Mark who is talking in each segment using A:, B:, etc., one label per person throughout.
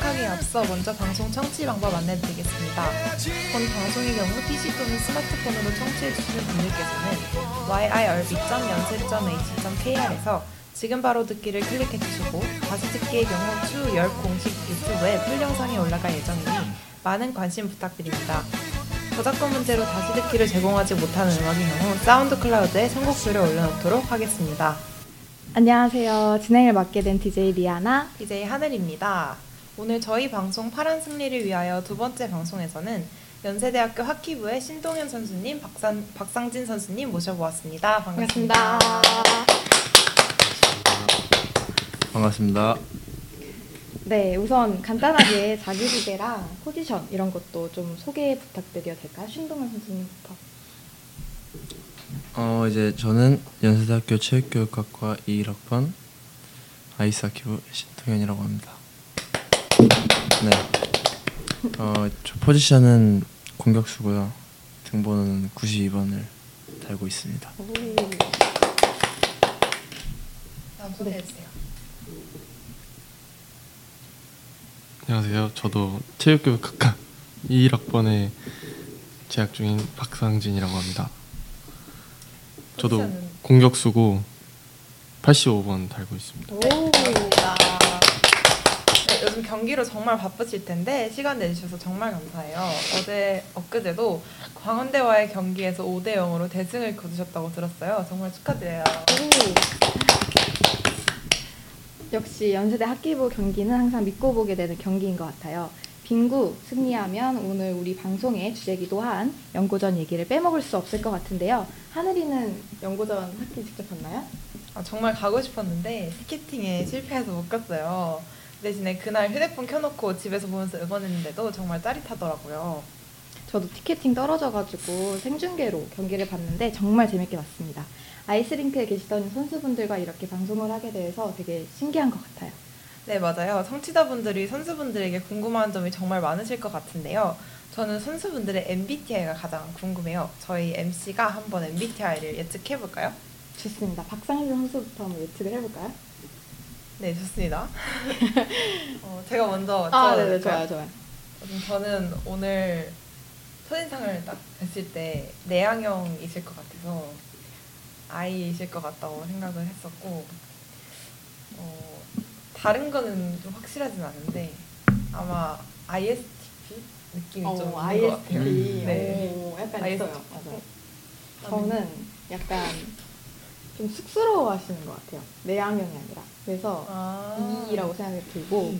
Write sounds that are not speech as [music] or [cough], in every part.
A: 방송에 앞서 먼저 방송 청취 방법 안내드리겠습니다. 본 방송의 경우 PC 또는 스마트폰으로 청취해주시는 분들께서는 yirb.연세.ac.kr에서 지금 바로 듣기를 클릭해주시고 다시 듣기의 경우 추후 열 공식 유튜브에 풀 영상이 올라갈 예정이니 많은 관심 부탁드립니다. 저작권 문제로 다시 듣기를 제공하지 못하는 음악인 경우 사운드 클라우드에 선곡표를 올려놓도록 하겠습니다.
B: 안녕하세요. 진행을 맡게 된 DJ 리아나.
A: DJ 하늘입니다. 오늘 저희 방송 파란 승리를 위하여 두 번째 방송에서는 연세대학교 학기부의 신동현 선수님, 박상, 박상진 선수님 모셔보았습니다. 반갑습니다.
C: 반갑습니다.
B: 네, 우선 간단하게 자기소개랑 포지션 이런 것도 좀 소개 부탁드려도 될까요? 신동현 선수님부터.
C: 어 이제 저는 연세대학교 체육교육학과 21학번 아이스하키부 신동현이라고 합니다. 네. 어저 포지션은 공격수고요. 등번호는 92번을 달고 있습니다.
B: 오.
A: 다음 소개해주세요.
D: 안녕하세요. 저도 체육교육학과 21학번에 재학 중인 박상진이라고 합니다. 저도
A: 포지션은?
D: 공격수고 85번 달고 있습니다.
B: 오.
A: 반갑습니다. 네, 요즘 경기로 정말 바쁘실 텐데 시간 내주셔서 정말 감사해요. 어제 엊그제도 광원대와의 경기에서 5대 0으로 대승을 거두셨다고 들었어요. 정말 축하드려요.
B: 오. 역시 연세대 학기부 경기는 항상 믿고 보게 되는 경기인 것 같아요. 빙구 승리하면 오늘 우리 방송의 주제기도 한 연고전 얘기를 빼먹을 수 없을 것 같은데요. 하늘이는 연고전 학기 직접 봤나요?
A: 아, 정말 가고 싶었는데 티켓팅에 실패해서 못 갔어요. 대신에 그날 휴대폰 켜놓고 집에서 보면서 응원했는데도 정말 짜릿하더라고요.
B: 저도 티켓팅 떨어져가지고 생중계로 경기를 봤는데 정말 재밌게 봤습니다. 아이스링크에 계시던 선수분들과 이렇게 방송을 하게 돼서 되게 신기한 것 같아요.
A: 네, 맞아요. 청취자분들이 선수분들에게 궁금한 점이 정말 많으실 것 같은데요. 저는 선수분들의 MBTI가 가장 궁금해요. 저희 MC가 한번 MBTI를 예측해볼까요?
B: 좋습니다. 박상준 선수부터 한번 예측을 해볼까요?
A: 네, 좋습니다. [laughs] 어, 제가 먼저 여쭤볼까요?
B: 좋아요.
A: 음, 저는 오늘 첫인상을 딱 뵀을 때 내향형이실 것 같아서 아이이실 것 같다고 생각을 했었고 어, 다른 거는 좀 확실하진 않은데 아마 ISTP 느낌이 좀
B: 어,
A: 있는 것 어, 같아요.
C: ISTP.
A: 네.
B: 약간
A: ISTP. 있어요. 맞아요.
B: 저는 약간 좀 쑥스러워하시는 것 같아요. 내향형이 아니라. 그래서
A: 아.
B: 어,
A: 음.
B: E라고 생각이 들고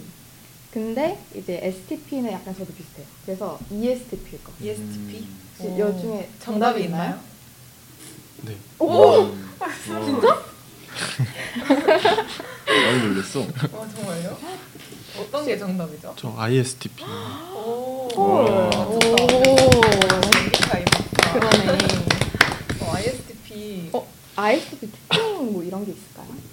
B: 근데 이제 STP는 약간 저도 비슷해요. 그래서 E ESTP일 것 같아요.
A: E ESTP?
B: 혹시
A: 오.
B: 여 중에
A: 어, 정답이 있나요?
D: 네.
B: 오!
C: 진짜? 많이 놀랬어.
A: 어, 정말요? 어떤 게 정답이죠?
D: 저 ISTP.
A: 오,
B: 오!
A: 맞췄다. MBTI 맞다.
B: 그러네.
A: 어, ISTP
B: 어, ISTP 특징 뭐 이런 게 있을까요? 혹시?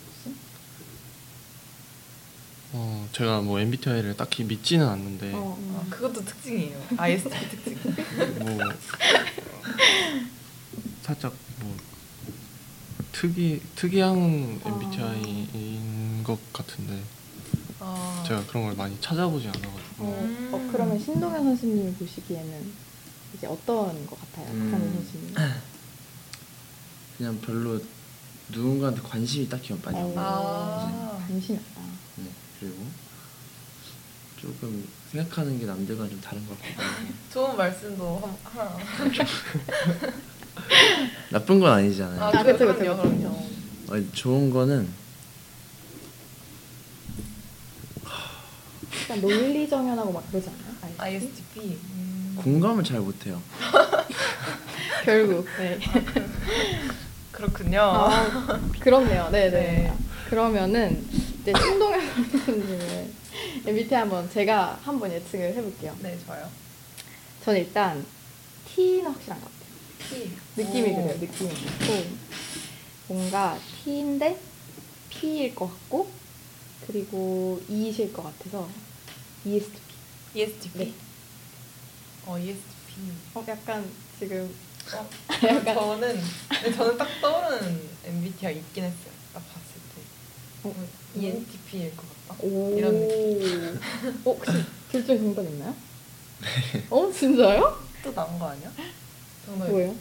D: 어, 제가 뭐 MBTI를 딱히 믿지는 않는데
B: 어,
A: 아,
B: 음.
A: 그것도 특징이에요. ISTP 특징.
D: 뭐 살짝 뭐 특이 특이한
B: 어.
D: MBTI인 것 같은데
A: 아,
D: 제가 그런 걸 많이 찾아보지 않아가지고
B: 어,
A: 음.
B: 어, 그러면 신동현 선수님이 보시기에는 이제 어떤 것 같아요?
C: 음.
B: 박상현 선수님.
C: 그냥 별로 누군가한테 관심이 딱히 많이
A: 어.
C: 없고
A: 아.
B: 관심 없다.
C: 네. 그리고 조금 생각하는 게 남들과 좀 다른 것 같고
A: 좋은 말씀도 한- 하나.
C: 나쁜 건 아니잖아요.
A: 아,
B: 아, 그쵸,
A: 그럼요,
B: 그쵸, 그쵸.
A: 그럼요.
C: 아니, 좋은 거는
B: 약간 논리 정연하고 막 그러지 않아요? ISTP?
A: ISTP. 음.
C: 공감을 잘 못해요.
B: 결국. 네.
A: 그렇군요.
B: 아, 그렇네요. 네네.
A: 네.
B: 그러면은 이제 신동현 선수님의 MBTI 한번 제가 한번 예측을 해볼게요.
A: 네, 좋아요.
B: 저는 일단 T는 확실한 것 같아요.
A: P.
B: 느낌이
A: 오.
B: 그래요. 느낌이 그렇고 음. 뭔가 T인데 P일 것 같고 그리고 E실 것 같아서 E ESTP.
A: ESTP.
B: 네.
A: 어, ESTP.
B: 어 약간 지금
A: 어,
B: [laughs] 약간-
A: 저는 근데 저는 딱 떠오르는 MBTI 있긴 했어요. 딱 봤을 때.
B: 어,
A: ENTP일 것 같다.
B: 오.
A: 이런
B: [laughs] 어 혹시 둘 중에 정답 있나요? 어 진짜요?
A: 또 나온 거 아니야? 정답이
B: 뭐예요?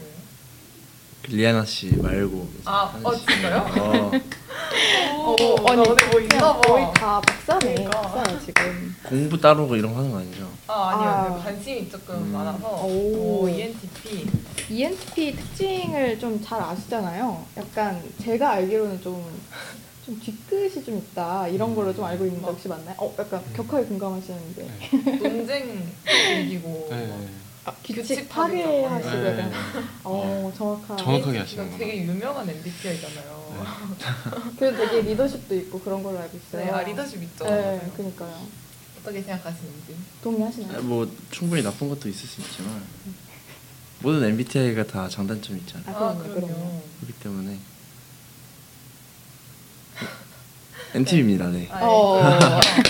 C: 리아나 씨 말고 이제
A: 아,
C: 하는
A: 어,
C: 씨.
A: 진짜요?
C: 어,
B: 어,
A: 오, 나 오늘 뭐 있나
B: 그냥
A: 봐.
B: 거의 다 박사네
A: 그러니까.
B: 박사야 지금
C: 공부 따로고 이런 거 하는 거 아니죠?
A: 아 아니요
B: 아.
A: 근데 관심이 조금
C: 음.
A: 많아서 뭐 E
B: 오.
A: 오, ENTP
B: E ENTP 특징을 좀 잘 아시잖아요. 약간 제가 알기로는 좀, 좀 뒤끝이 좀 있다 이런
C: 음.
B: 걸로 좀 알고 있는데 혹시 맞나요? 어, 약간 격하게 공감하시는데
C: 네.
A: 논쟁 즐기고
D: 네,
A: 막
D: 네.
B: 아, 규칙
A: 규칙 파괴
B: 파괴하시고
A: 하시고
D: 네.
B: 약간 어 정확한.
D: 정확- 정확하게
A: ENTP 가
D: 하시는구나.
A: 되게 유명한 MBTI잖아요
D: 네.
B: 그리고 되게 리더십도 있고 그런 걸로 알고
A: [laughs]
B: 있어요.
A: 네, 아 리더십 있죠
B: 네, 그니까요.
A: 어떻게 생각하시는지
C: 아,
B: 동의하시나요?
C: 뭐 충분히 나쁜 것도 있을 수 있지만 모든 MBTI가 다 장단점이 있잖아요.
B: 아, 그럼요, 그럼요.
C: 그렇기 때문에 NT입니다. 네.
A: 아, 네.
B: 어.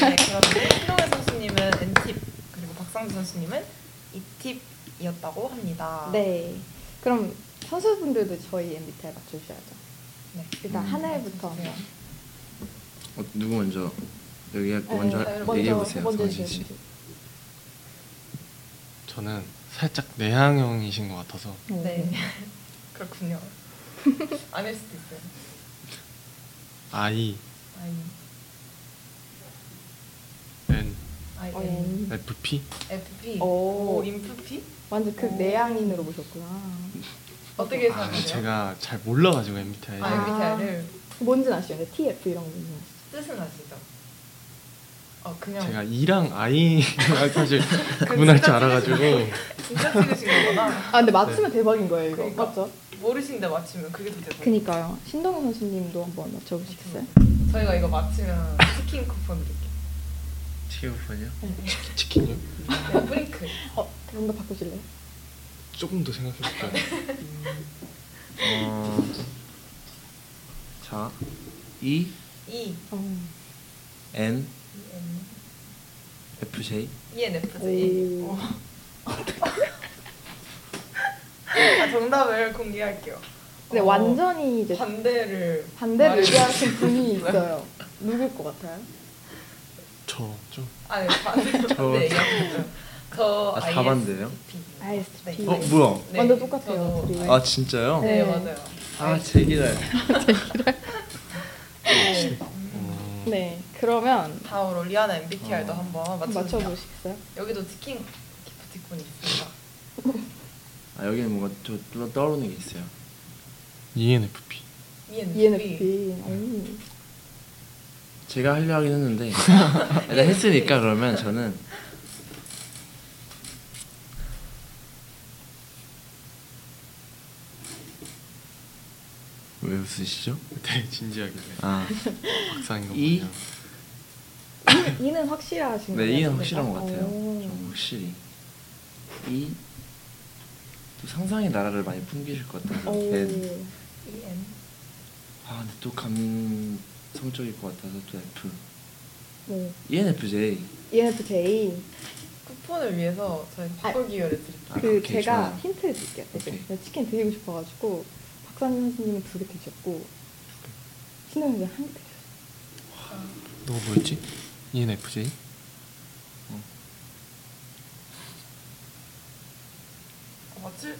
A: 네, 그럼 신동현 선수님은 N팁 그리고 박상주 선수님은 E팁이었다고 합니다
B: 네. 그럼 선수분들도 저희 MBTI 맞춰주셔야죠.
A: 네.
B: 일단
C: 음.
B: 하나부터 한번.
C: 어, 누구 먼저 여기 먼저
B: 네,
C: 얘기해 보세요.
B: 먼저
C: 성진 씨.
B: 해주세요.
D: 저는 살짝 내향형이신 것 같아서
B: 음.
A: 네. [laughs] 그렇군요 아닐 수도 있어요
D: I
A: I
D: N
A: I
B: 어,
A: N
B: N.
D: F P
A: FP
B: 오.
A: 오 인프피
B: 완전 그
A: 오.
B: 내향인으로 보셨구나.
A: 어떻게
D: 아,
A: 생각하세요?
D: 제가 잘 몰라가지고 MBTI
A: 아, MBTI를
B: 뭔지 아시죠? 근데 TF 이런 거 뭔지 아시죠?
A: 뜻은 아시죠? 어 그냥
D: 제가 E랑 I 사실 구분할 줄 알아가지고
A: 진짜 찍으신 거구나
B: 아 근데 맞추면 대박인 거예요 이거
A: 그러니까.
B: 맞죠?
A: 모르시는데 맞추면 그게 더 대박
B: 그니까요. 신동훈 선수님도 한번 맞춰보시겠어요?
A: 저희가 이거 맞추면 치킨 쿠폰 드릴게요
C: 티오폰이요?
D: 치킨요
A: 네, 프링클
B: 어 뭔가 바꾸실래요?
D: 조금 더 생각해볼게요
C: 어, 자, E
A: E
B: 어.
A: N
C: N F J.
A: E ENFJ
B: 오.
A: 아, 정답을 공개할게요
B: 근데
A: 어,
B: 완전히 이제
A: 반대를
B: 반대로
A: 말해주-
B: 얘기하신 분이
A: [laughs]
B: 있어요. 누굴 것 같아요?
D: 저좀
A: 아니 반대로
C: 저-
A: 반대 얘기하셨죠 저
C: 아, 다
A: ISTP.
C: 반대예요?
B: ISTP.
A: 네.
C: 어 뭐야?
A: 네,
B: 완전 똑같아요,
A: 저도
B: 둘이.
C: 아 진짜요?
A: 네,
B: 네.
A: 맞아요.
C: 아 제기랄.
A: 네.
D: 어,
B: 네 그러면
A: 다음으로 리아나 MBTI도
D: 어.
A: 한번 맞춰보세요.
B: 맞춰보시겠어요?
A: 여기도 치킨 기프티콘이 있습니다.
C: 아 여기는 뭔가 저 또- 떠오르는 게 있어요.
D: E, ENFP
A: ENFP.
B: E
C: [laughs]
B: ENFP. 음.
C: 제가 하려 하긴 했는데 일단 했으니까 그러면 저는 왜 웃으시죠?
D: 되게 네, 진지하게
C: 아,
D: 박사인
C: E?
D: 거군요
B: 이는 확실하신 거예요?
C: 네 이는
B: 지금?
C: 확실한 것 같아요.
B: 오.
C: 좀 확실히 이 또 상상의 나라를 많이 풍기실 것 같아요.
B: 오.
C: N.
A: EN.
C: 아 근데 또 감성적일 것 같아서 또 F.
B: 네.
C: E
B: E
C: ENFJ.
B: ENFJ.
A: 쿠폰을 위해서 저희 바꿀 기회를 드릴게요.
C: 아,
B: 그
C: 오케이,
B: 제가
C: 좋아요.
B: 힌트를 드릴게요. 네.
C: 오케이.
B: 제가 치킨 드리고 싶어가지고 박사님 선생님은 두 개 드셨고 신동 선생 한개 드셨어요.
D: 너가 뭐였지?
C: E
D: ENFJ?
A: 어, 맞출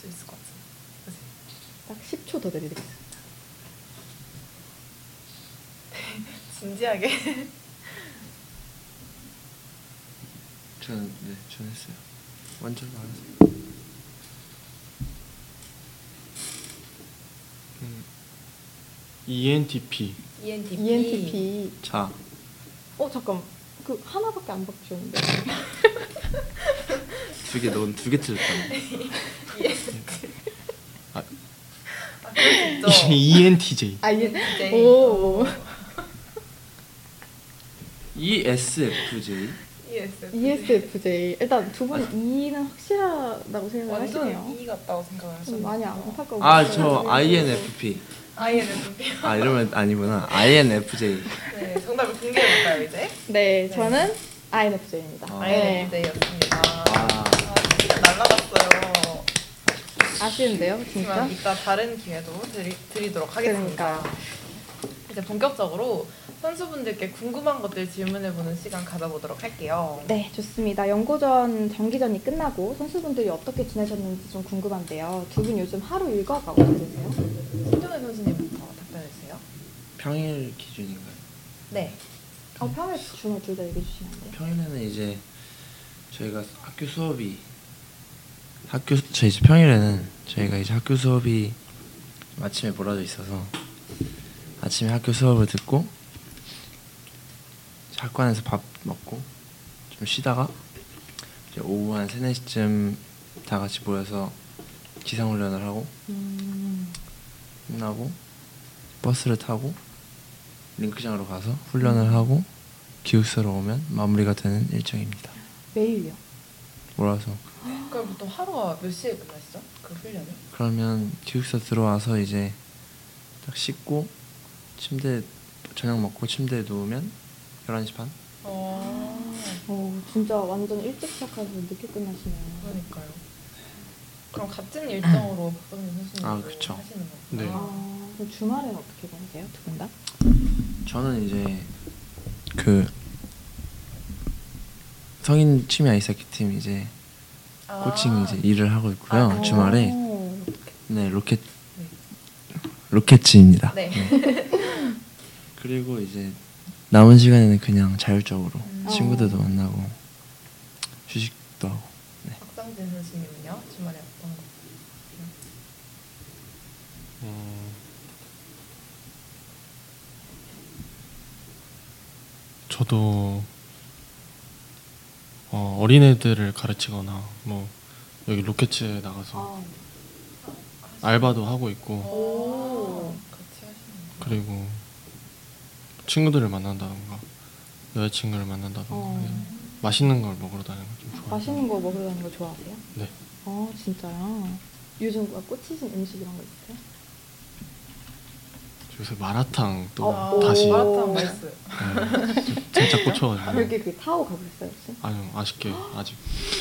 A: 수 있을 것 같아요. 그치?
B: 딱 10초 더 드리겠습니다.
A: [laughs] 진지하게.
C: 저는 네, 저는 했어요. 완전 많았어요.
D: 음,
C: E
D: ENTP
B: E
A: ENTP. E
B: ENTP.
C: 자,
B: 어 잠깐 그 하나밖에 안 바꾸셨는데. [laughs]
C: 두 개, 넌 두 개 틀렸다고.
A: 아, 그럴 수 있죠.
C: [laughs] E
D: ENTJ
B: 아
A: E
B: 예.
A: ENTJ.
B: 오.
C: ESFJ.
A: ESFJ.
B: E ESFJ. 일단 두
C: 아.
B: 분 E는 확실하다고 생각을
A: 완전
B: 하시네요.
A: E 같다고 생각을
B: 좀
A: 하셨는데.
B: 많이 안타까워.
C: 아,
B: 보이시네요.
C: 저 INFP.
A: E INFP.
C: 아, 이러면 아니구나. INFJ.
A: [laughs] 네, 정답을 공개해볼까요, 이제?
B: 네, 저는 INFJ입니다.
C: 아.
B: 네.
A: INFJ였습니다.
C: 아,
A: 아, 진짜 날라갔어요.
B: 아쉬운데요, 진짜.
A: 하지만 이따 다른 기회도 드리, 드리도록 하겠습니다.
B: 그러니까요.
A: 이제 본격적으로 선수분들께 궁금한 것들 질문해보는 시간 가져보도록 할게요.
B: 네, 좋습니다. 연고전 정기전이 끝나고 선수분들이 어떻게 지내셨는지 좀 궁금한데요. 두 분 요즘 하루 일과가 어떻게 되세요?
A: 신정혜 선수님부터 답변해주세요.
C: 평일 기준인가요?
A: 네.
B: 어, 평일 중에 둘 다 얘기해 주시면 안 돼요.
C: 평일에는 이제 저희가 학교 수업이 학교 저희 이제 평일에는 저희가 이제 학교 수업이 아침에 몰아져 있어서 아침에 학교 수업을 듣고 이제 학관에서 밥 먹고 좀 쉬다가 이제 오후 한 3, 4시쯤 다 같이 모여서 기상훈련을 하고
B: 음,
C: 끝나고 버스를 타고 링크장으로 가서 훈련을 하고 기숙사로 오면 마무리가 되는 일정입니다.
B: 매일요.
C: 몰아서
A: 그럼 보통 하루가 몇 시에 끝나시죠? 그 훈련을?
C: 그러면 기숙사 들어와서 이제 딱 씻고 침대 저녁 먹고 침대에 누우면 11시 반?
A: 어,
B: 오, 진짜 완전 일찍 시작하고 늦게 끝나시네요.
A: 그러니까요. 그럼 같은 일정으로 박성민 선수님도
C: 아, 그쵸.
A: 하시는 거예요?
D: 네.
B: 아, 그럼 주말에는 어떻게 보내세요? 두 분 다?
C: 저는 이제 그 성인 취미 아이스하키 팀 이제
A: 아.
C: 코칭 이제 일을 하고 있고요.
A: 아,
C: 주말에
B: 오,
C: 네 로켓
A: 네.
C: 로켓츠입니다.
A: 네.
C: 그리고 이제 남은 시간에는 그냥 자율적으로
A: 음.
C: 친구들도 만나고 휴식도 하고 네.
A: [laughs] 박상진 선수님은요? 주말에 어떤 거?
D: 어, 저도 어, 어린애들을 가르치거나 뭐 여기 로켓츠에 나가서
B: 아, 그렇죠. 어.
D: 알바도 하고 있고
A: 오.
B: 오.
A: 같이 하시는 거.
D: 그리고 친구들을 만난다던가 여자친구를 만난다던가
B: 어.
D: 해서 맛있는 걸 먹으러 다니는 걸 좀 좋아해요
B: 맛있는 거 먹으러 다니는 거 좋아하세요?
D: 네.
B: 아, 진짜요? 요즘 막 꽂히신 음식 이런 거 있어요?
D: 요새 마라탕 또
B: 어, 오.
D: 다시
B: 마라-
A: 아, 마라탕 맛있어요.
D: 네, 진짜 꽂혀가지고
B: 여기 [laughs] 그 타오 가보셨어요 혹시?
D: 아니요 아쉽게 아직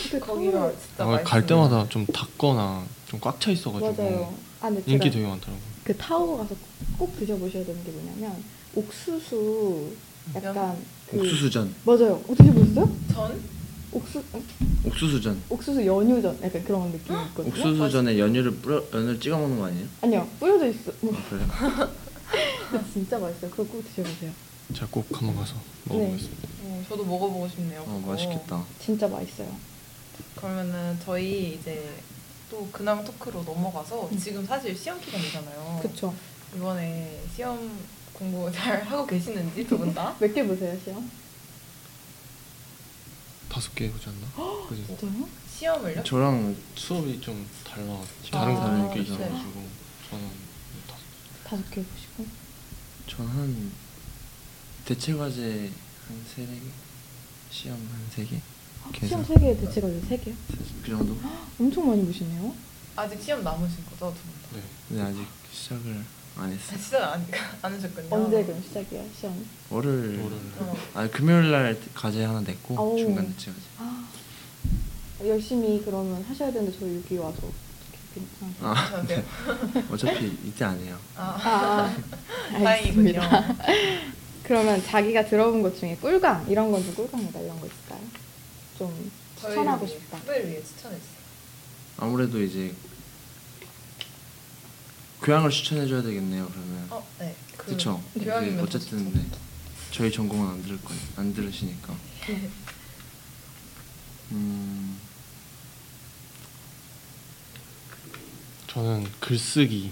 B: 그
A: 거기가 진짜
D: 아,
A: 맛있어요.
D: 갈 때마다 좀 닫거나 좀 꽉 차 있어가지고
B: 맞아요.
C: 뭐
B: 아, 근데
D: 인기
B: 제가
D: 되게 많더라고요.
B: 그 타오 가서 꼭 드셔보셔야 되는 게 뭐냐면 옥수수 약간 그
C: 옥수수전
B: 맞아요. 어, 드셔보셨어요?
A: 전?
B: 옥수 응?
C: 옥수수전
B: 옥수수 연유전 약간 그런 느낌이 있거든요.
C: 옥수수전에 연유를 뿌려 연유를 찍어 먹는 거 아니에요?
B: 아니요 뿌려져 있어. [laughs] 뭐,
C: 아, 그래요?
B: 진짜 맛있어요. 그거 꼭 드셔보세요.
D: 제가 꼭 한번 가서 먹어보겠습니다.
A: 어, 저도 먹어보고 싶네요.
C: 어
A: 그거.
C: 맛있겠다.
B: 진짜 맛있어요.
A: 그러면은 저희 이제 또 근황 토크로 넘어가서
B: 음.
A: 지금 사실 시험 기간이잖아요.
B: 그쵸.
A: 이번에 시험 공부 잘 [laughs] 하고 계시는지 두 분 다?
B: 몇 개 보세요 시험?
D: 다섯 개 보지 않나? 그지?
B: 저요?
A: 시험을요?
C: 저랑
D: 수업이 좀 달라 다른
A: 아,
D: 과목이
A: 네.
D: 있어가지고 저는 다섯
B: 다섯 개 보시고.
C: 전 한 대체 과제 한 세네 개 시험 한 세 개 그
B: 아,
C: 계속. 그
B: 시험 세 개, 대체가 세 개요?
C: 정도?
B: 엄청 많이 보시네요.
A: 아직 시험 남으신 거죠, 두 분 다?
D: 네.
C: 근데 아직 시작을
A: 아,
C: 안 했어요.
A: 진짜 안, [laughs] 안 하셨군요.
B: 언제 그럼 시작이에요 시험?
C: 월요일
D: 월요일.
A: 어,
C: 아 금요일 날 과제 하나 냈고
B: 아오.
C: 중간 대체 과제.
B: 아 열심히 그러면 하셔야 되는데 저희 여기 와서 이렇게 괜찮아요.
C: 아
A: 괜찮으세요?
C: 어차피 이때 안 해요.
A: 아, [laughs]
B: 아,
A: 다행이군요.
B: [laughs] 알겠습니다. 그러면 자기가 들어본 것 중에 꿀강 이런 건 좀 꿀강이다 이런 거 있을까요? 좀
A: 저희를
B: 추천하고
A: 위해,
B: 싶다.
A: 후배를 위해 추천해주세요.
C: 아무래도 이제 교양을 추천해줘야 되겠네요. 그러면
A: 어, 네. 그
C: 그쵸.
A: 교양이면
C: 이제 어쨌든
A: 더 좋죠.
C: 네. 저희 전공은 안 들을 거예요. 안 들으시니까. 음
D: 저는 글쓰기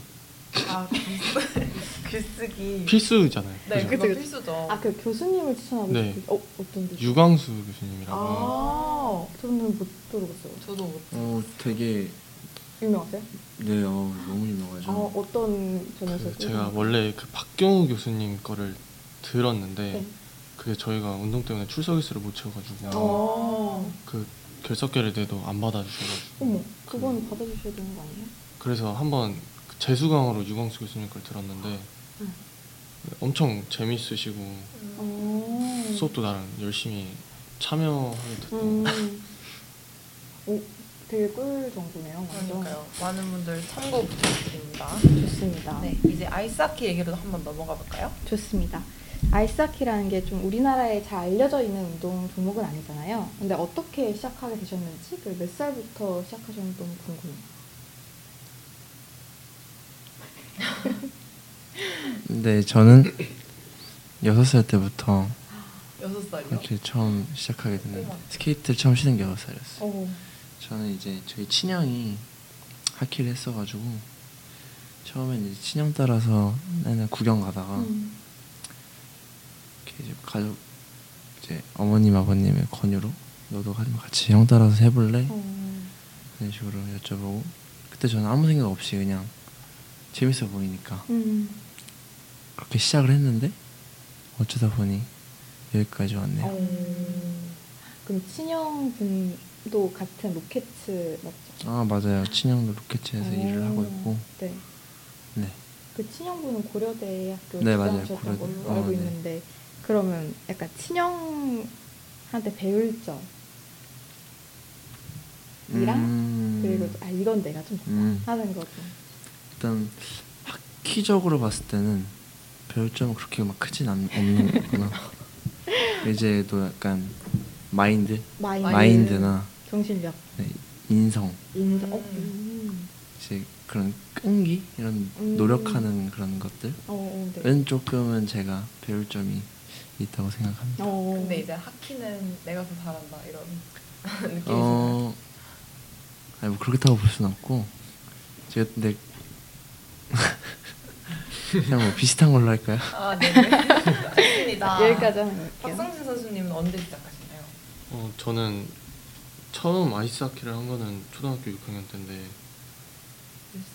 A: 아, 그 [laughs] 글쓰- 글쓰기.
D: 필수잖아요.
A: 네, 그거
B: 그쵸,
D: 그죠?
B: 그쵸.
A: 필수죠.
B: 아 그 교수님을 추천하고
D: 네.
B: 싶으 어, 어떤 교수?
D: 유광수 교수님이라고
B: 그- 아 저는 못 들어봤어요.
A: 저도 못
C: 어, 되게
B: 유명하세요?
C: 네, 어, 너무 유명하죠.
B: 아 어떤
D: 그
B: 점에서
D: 제가
B: 꿀강?
D: 원래 그 박경우 교수님 거를 들었는데
B: 네.
D: 그게 저희가 운동 때문에 출석 일수를 못 채워가지고
B: 어.
D: 그 결석계를 내도 안 받아주셔가지고
B: 어머 그건 받아주셔야 되는 거 아니에요?
D: 그래서 한번 그 재수강으로 유광수 교수님 걸 들었는데
A: 네.
B: 음.
D: 엄청 재밌으시고
A: 음.
B: 어.
D: 수업도 나름 열심히 참여하게 됐던 것
B: 음. 오 되게 꿀 정보네요. 완전.
A: 그러니까요. 많은 분들 참고 부탁드립니다.
B: 좋습니다.
A: 네, 이제 아이스하키 얘기로 한번 넘어가 볼까요?
B: 좋습니다. 아이스하키라는 게 좀 우리나라에 잘 알려져 있는 운동 종목은 아니잖아요. 근데 어떻게 시작하게 되셨는지, 그리고 몇 살부터 시작하셨는지 너무 궁금해요.
C: 근데 네, 저는 여섯 살 때부터
A: 여섯 살이요.
C: 이렇게 처음 시작하게 됐는데
A: 어머.
C: 스케이트를 처음 신은 게 여섯 살이었어요.
B: 오,
C: 저는 이제 저희 친형이 하키를 했어가지고 처음엔 이제 친형 따라서 맨날 구경 가다가
B: 음.
C: 이렇게 이제 가족 이제 어머님 아버님의 권유로 너도 가- 같이 형 따라서 해볼래?
B: 어,
C: 그런 식으로 여쭤보고 그때 저는 아무 생각 없이 그냥 재밌어 보이니까
B: 음.
C: 그렇게 시작을 했는데 어쩌다 보니 여기까지 왔네요.
B: 어. 그럼 친형분도 같은 로켓츠 맞죠?
C: 아 맞아요. 친형도 로켓츠에서
B: 어.
C: 일을 하고 있고
B: 네.
C: 네.
B: 그 친형분은 고려대학교
C: 네, 맞아요.
B: 출신하셨던
C: 고려대.
B: 걸로 알고
C: 어, 네.
B: 있는데 그러면 약간 친형한테 배울 점 이랑
C: 음,
B: 그리고 아 이건 내가 좀 좋다
C: 음.
B: 하는 거죠.
C: 일단 학기적으로 봤을 때는 배울 점은 그렇게 막 크진 않, 없는
B: [laughs]
C: 거구나. 이제 또 약간 마인드,
B: 마인드,
A: 마인드.
C: 마인드나
B: 정신력,
C: 네, 인성
B: 인정. 어,
A: 음.
B: 음.
C: 이제 그런 끈기 이런
B: 음.
C: 노력하는 그런 것들은
B: 어, 어, 네.
C: 조금은 제가 배울 점이 있다고 생각합니다.
B: 어.
A: 근데 이제 하키는 내가 더 잘한다 이런 느낌이 있어요.
C: 어, 아니 뭐 그렇게 다고 볼 수는 없고 제가 근데 [laughs] 그냥 뭐 비슷한 걸로 할까요?
A: 아, 네.
B: [laughs]
A: 좋습니다.
B: 아. 여기까지 하는 거예요.
A: 박성진 선수님은 언제 시작하시나요?
D: 어, 저는 처음 아이스하키를 한 거는 초등학교 6학년 때인데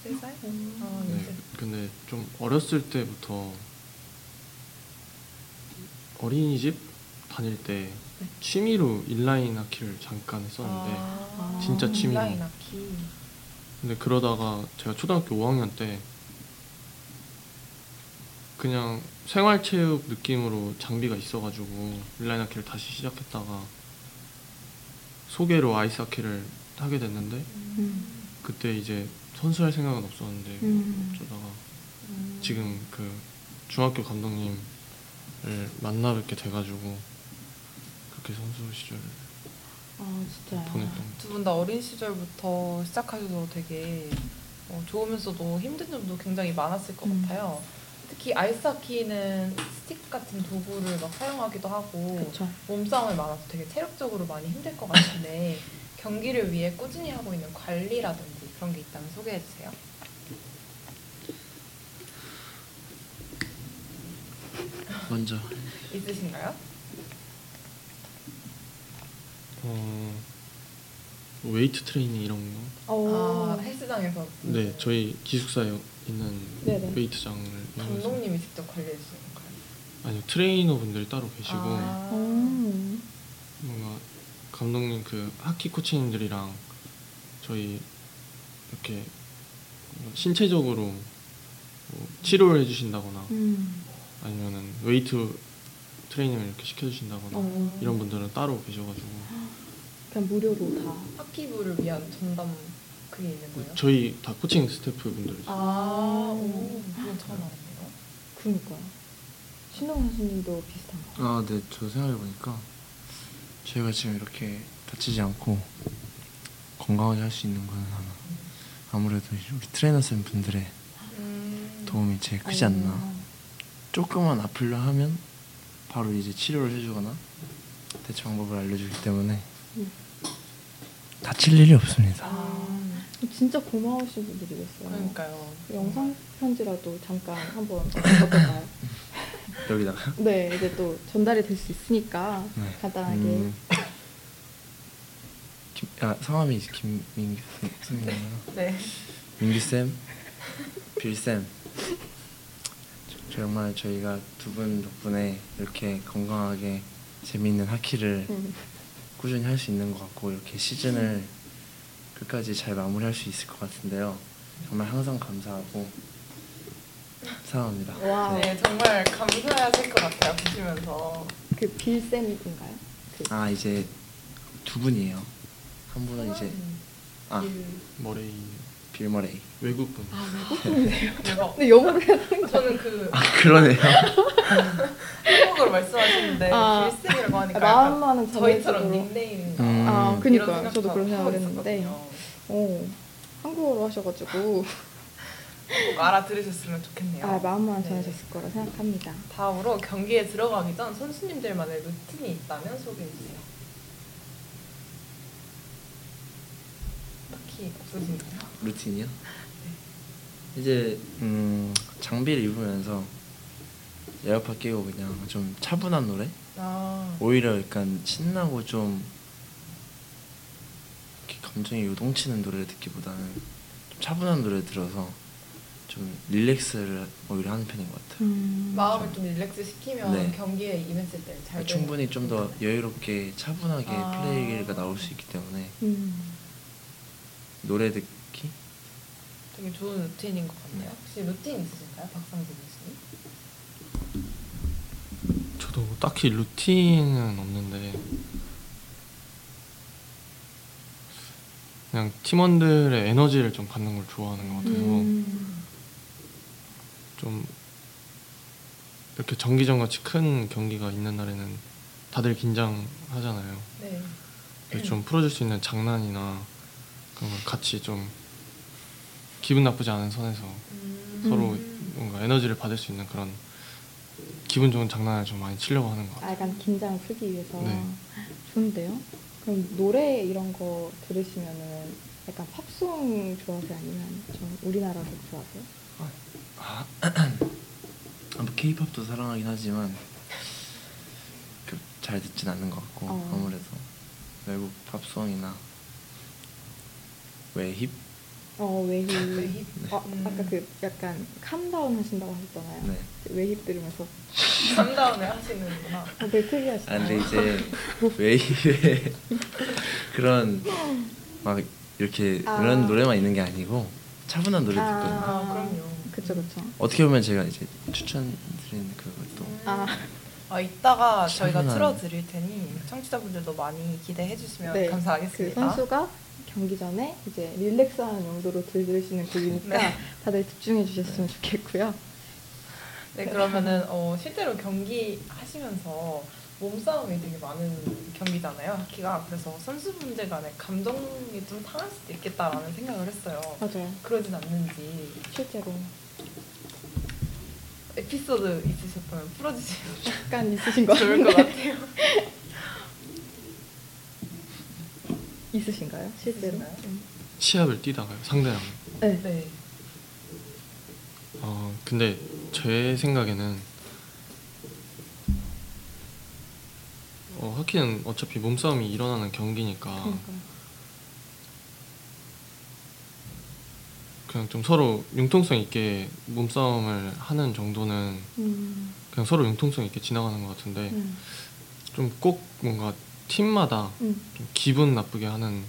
A: 13살?
B: 음.
A: 아,
D: 네,
A: 이제.
D: 근데 좀 어렸을 때부터 어린이집 다닐 때
B: 네.
D: 취미로 인라인 하키를 잠깐 했었는데
A: 아,
D: 진짜 취미로.
A: 인라인 하키.
D: 근데 그러다가 제가 초등학교 5학년 때 그냥 생활체육 느낌으로 장비가 있어가지고 인라인 하키를 다시 시작했다가 소개로 아이스 하키를 하게 됐는데
B: 음.
D: 그때 이제 선수할 생각은 없었는데
A: 네.
B: 음.
D: 어쩌다가 지금 그 중학교 감독님을 만나 뵙게 돼가지고 그렇게 선수 시절을
B: 아 진짜요.
D: 보냈던 것
A: 두 분 다 어린 시절부터 시작하셔서 되게 어, 좋으면서도 힘든 점도 굉장히 많았을 것
B: 음.
A: 같아요. 특히 아이스하키는 스틱 같은 도구를 막 사용하기도 하고
B: 그렇죠.
A: 몸싸움이 많아서 되게 체력적으로 많이 힘들 것
B: [laughs]
A: 같은데 경기를 위해 꾸준히 하고 있는 관리라든지 그런 게 있다면 소개해 주세요.
C: 먼저
A: 있으신가요?
D: 어, 뭐 웨이트 트레이닝 이런 거?
A: 아,
B: 어.
A: 헬스장에서 그
D: 네, 저희 기숙사에 있는
B: 네네.
D: 웨이트장을 이용해서
A: 감독님이 직접 관리해 주시는 건가요?
D: 아니요 트레이너분들이 따로 계시고
A: 아.
B: 음.
D: 뭔가 감독님 그 하키 코치님들이랑 저희 이렇게 신체적으로 뭐 치료를 해주신다거나
B: 음.
D: 아니면은 웨이트 트레이닝을 이렇게 시켜주신다거나
B: 어.
D: 이런 분들은 따로 계셔가지고
A: 아,
B: 그냥 무료로 다.
A: 하키부를 위한 전담 그게 있는 거예요?
D: 저희 다 코칭 스태프분들
A: 아,
D: 아.
A: 오, 그건 처음 알았네요.
B: 그러니까 신동 선수님도 비슷한 거.
C: 아, 네, 저 생각해보니까 저희가 지금 이렇게 다치지 않고 건강하게 할 수 있는 거는 아마 아무래도 우리 트레이너 쌤 분들의
A: 음.
C: 도움이 제일 크지 않나. 조금만 아플려 하면 바로 이제 치료를 해주거나 대처 방법을 알려주기 때문에
B: 음.
C: 다칠 일이 없습니다.
A: 아,
B: 진짜 고마우신 분들이겠어요.
A: 그러니까요.
B: 영상 편지라도 잠깐 한번
A: [laughs]
B: 어떨까요?
C: 여기다가.
B: 네, 이제 또 전달이 될 수 있으니까
C: 네.
B: 간단하게.
C: 음. 김, 아, 성함이 김민규 선생님이요.
A: 네.
C: 민규 쌤, 빌 쌤, 저- 정말 저희가 두 분 덕분에 이렇게 건강하게 재미있는 하키를
B: 음.
C: 꾸준히 할 수 있는 것 같고 이렇게 시즌을 끝까지 잘 마무리할 수 있을 것 같은데요. 정말 항상 감사하고 사랑합니다.
B: 와우.
A: 네, 정말 감사하실 것 같아요. 보시면서.
B: 그 빌쌤인가요? 음.
A: 음.
C: 아 이제 두 분이에요. 한 분은 이제 아
D: 머레이
C: 빌머레이.
D: 외국분
A: 아, 제가
B: 근데 영어로 해야
A: 저는 그
C: 아 그러네요.
A: 한국어로 말씀하시는데
B: 아,
A: 길쌤이라고 하니까 약간
B: 마음만은
A: 저희처럼
B: 전문적으로.
A: 닉네임
C: [laughs] 음.
B: 아,
C: 이런
B: 그니까 저도 그런 생각을 했는데.
A: 요
B: 어, 한국어로 하셔가지고
A: 꼭 알아들으셨으면 좋겠네요.
B: 아 마음만
A: 네.
B: 전하셨을 거라 생각합니다.
A: 다음으로 경기에 들어가기 전 선수님들만의 루틴이 있다면 소개해주세요. 딱히 없으신가요?
C: 루틴이요?
A: 네.
C: 이제 음, 장비를 입으면서 에어팟 끼고 그냥 좀 차분한 노래?
A: 아,
C: 오히려 약간 신나고 좀 이렇게 감정이 요동치는 노래를 듣기보다는 좀 차분한 노래 들어서 좀 릴렉스를 오히려 하는 편인 것 같아요.
A: 마음을 좀 릴렉스 시키면
C: 네.
A: 경기에 임했을 때잘
C: 아, 그러니까 충분히 좀 더 여유롭게 차분하게
A: 아.
C: 플레이가 나올 수 있기 때문에
B: 음.
C: 노래 듣기?
A: 되게 좋은 루틴인 것 같네요. 혹시 루틴 있으신가요, 박상진 교수님?
D: 저도 뭐 딱히 루틴은 없는데 그냥 팀원들의 에너지를 좀 받는 걸 좋아하는 것 같아서
B: 음.
D: 좀 이렇게 정기전 같이 큰 경기가 있는 날에는 다들 긴장하잖아요.
A: 네.
D: 근데 좀 풀어줄 수 있는 장난이나 그런 걸 같이 좀 기분 나쁘지 않은 선에서
A: 음.
D: 서로 뭔가 에너지를 받을 수 있는 그런 기분 좋은 장난을 좀 많이 치려고 하는 것 같아요.
B: 아, 약간 긴장을 풀기 위해서
D: 네.
B: 좋은데요. 그럼 노래 이런 거 들으시면은 약간 팝송 좋아하세요 아니면 좀 우리나라 곡 좋아하세요?
C: 아, 뭐 케이팝도 사랑하긴 하지만 그잘 듣진 않는 것 같고
B: 어.
C: 아무래도 외국 팝송이나 왜 힙?
B: 어 외희.
A: 외힙?
B: 아,
A: 음.
B: 아까 그 약간 캄다운 하신다고 하셨잖아요.
C: 네.
B: 외힙 들으면서
A: 감다운을 하시는구나.
B: 어, 되게 특이하시다.
C: 아, 근데
A: [laughs]
C: 이제 웨이브의 그런 막 이렇게
B: 아.
C: 그런 노래만 있는 게 아니고 차분한 노래
B: 아.
C: 듣거든요.
A: 아, 그럼요.
B: 그쵸 그쵸.
A: 음.
C: 어떻게 보면 제가 이제 추천드리는 그것도
B: 아
A: 아, 이따가 저희가
C: 시원한.
A: 틀어드릴 테니 청취자분들도 많이 기대해 주시면
B: 네. 그
A: 감사하겠습니다.
B: 선수가 경기 전에 이제 릴렉스하는 용도로 들으시는 곡이니까
A: 네.
B: 다들 집중해 주셨으면 좋겠고요.
A: 네, 그러면은 어, 실제로 경기 하시면서 몸싸움이 되게 많은 경기잖아요. 하키가 그래서 선수분들 간에 감정이 좀 상할 수도 있겠다라는 생각을 했어요.
B: 맞아요.
A: 그러진 않는지
B: 실제로
A: 에피소드 있으셨다면 풀어주시면
B: 약간 있으신
A: [laughs]
B: 것
A: 좋을 것
B: 같은데
A: 같아요.
B: 있으신가요? 실제로?
A: 있으신가요?
B: 음.
D: 시합을 뛰다가요 상대랑.
B: 네.
A: 네.
D: 어 근데 제 생각에는 어 하키는 어차피 몸싸움이 일어나는 경기니까
B: 그러니까.
D: 그냥 좀 서로 융통성 있게 몸싸움을 하는 정도는
B: 음.
D: 그냥 서로 융통성 있게 지나가는 것 같은데
B: 음.
D: 좀 꼭 뭔가 팀마다
B: 음.
D: 좀 기분 나쁘게 하는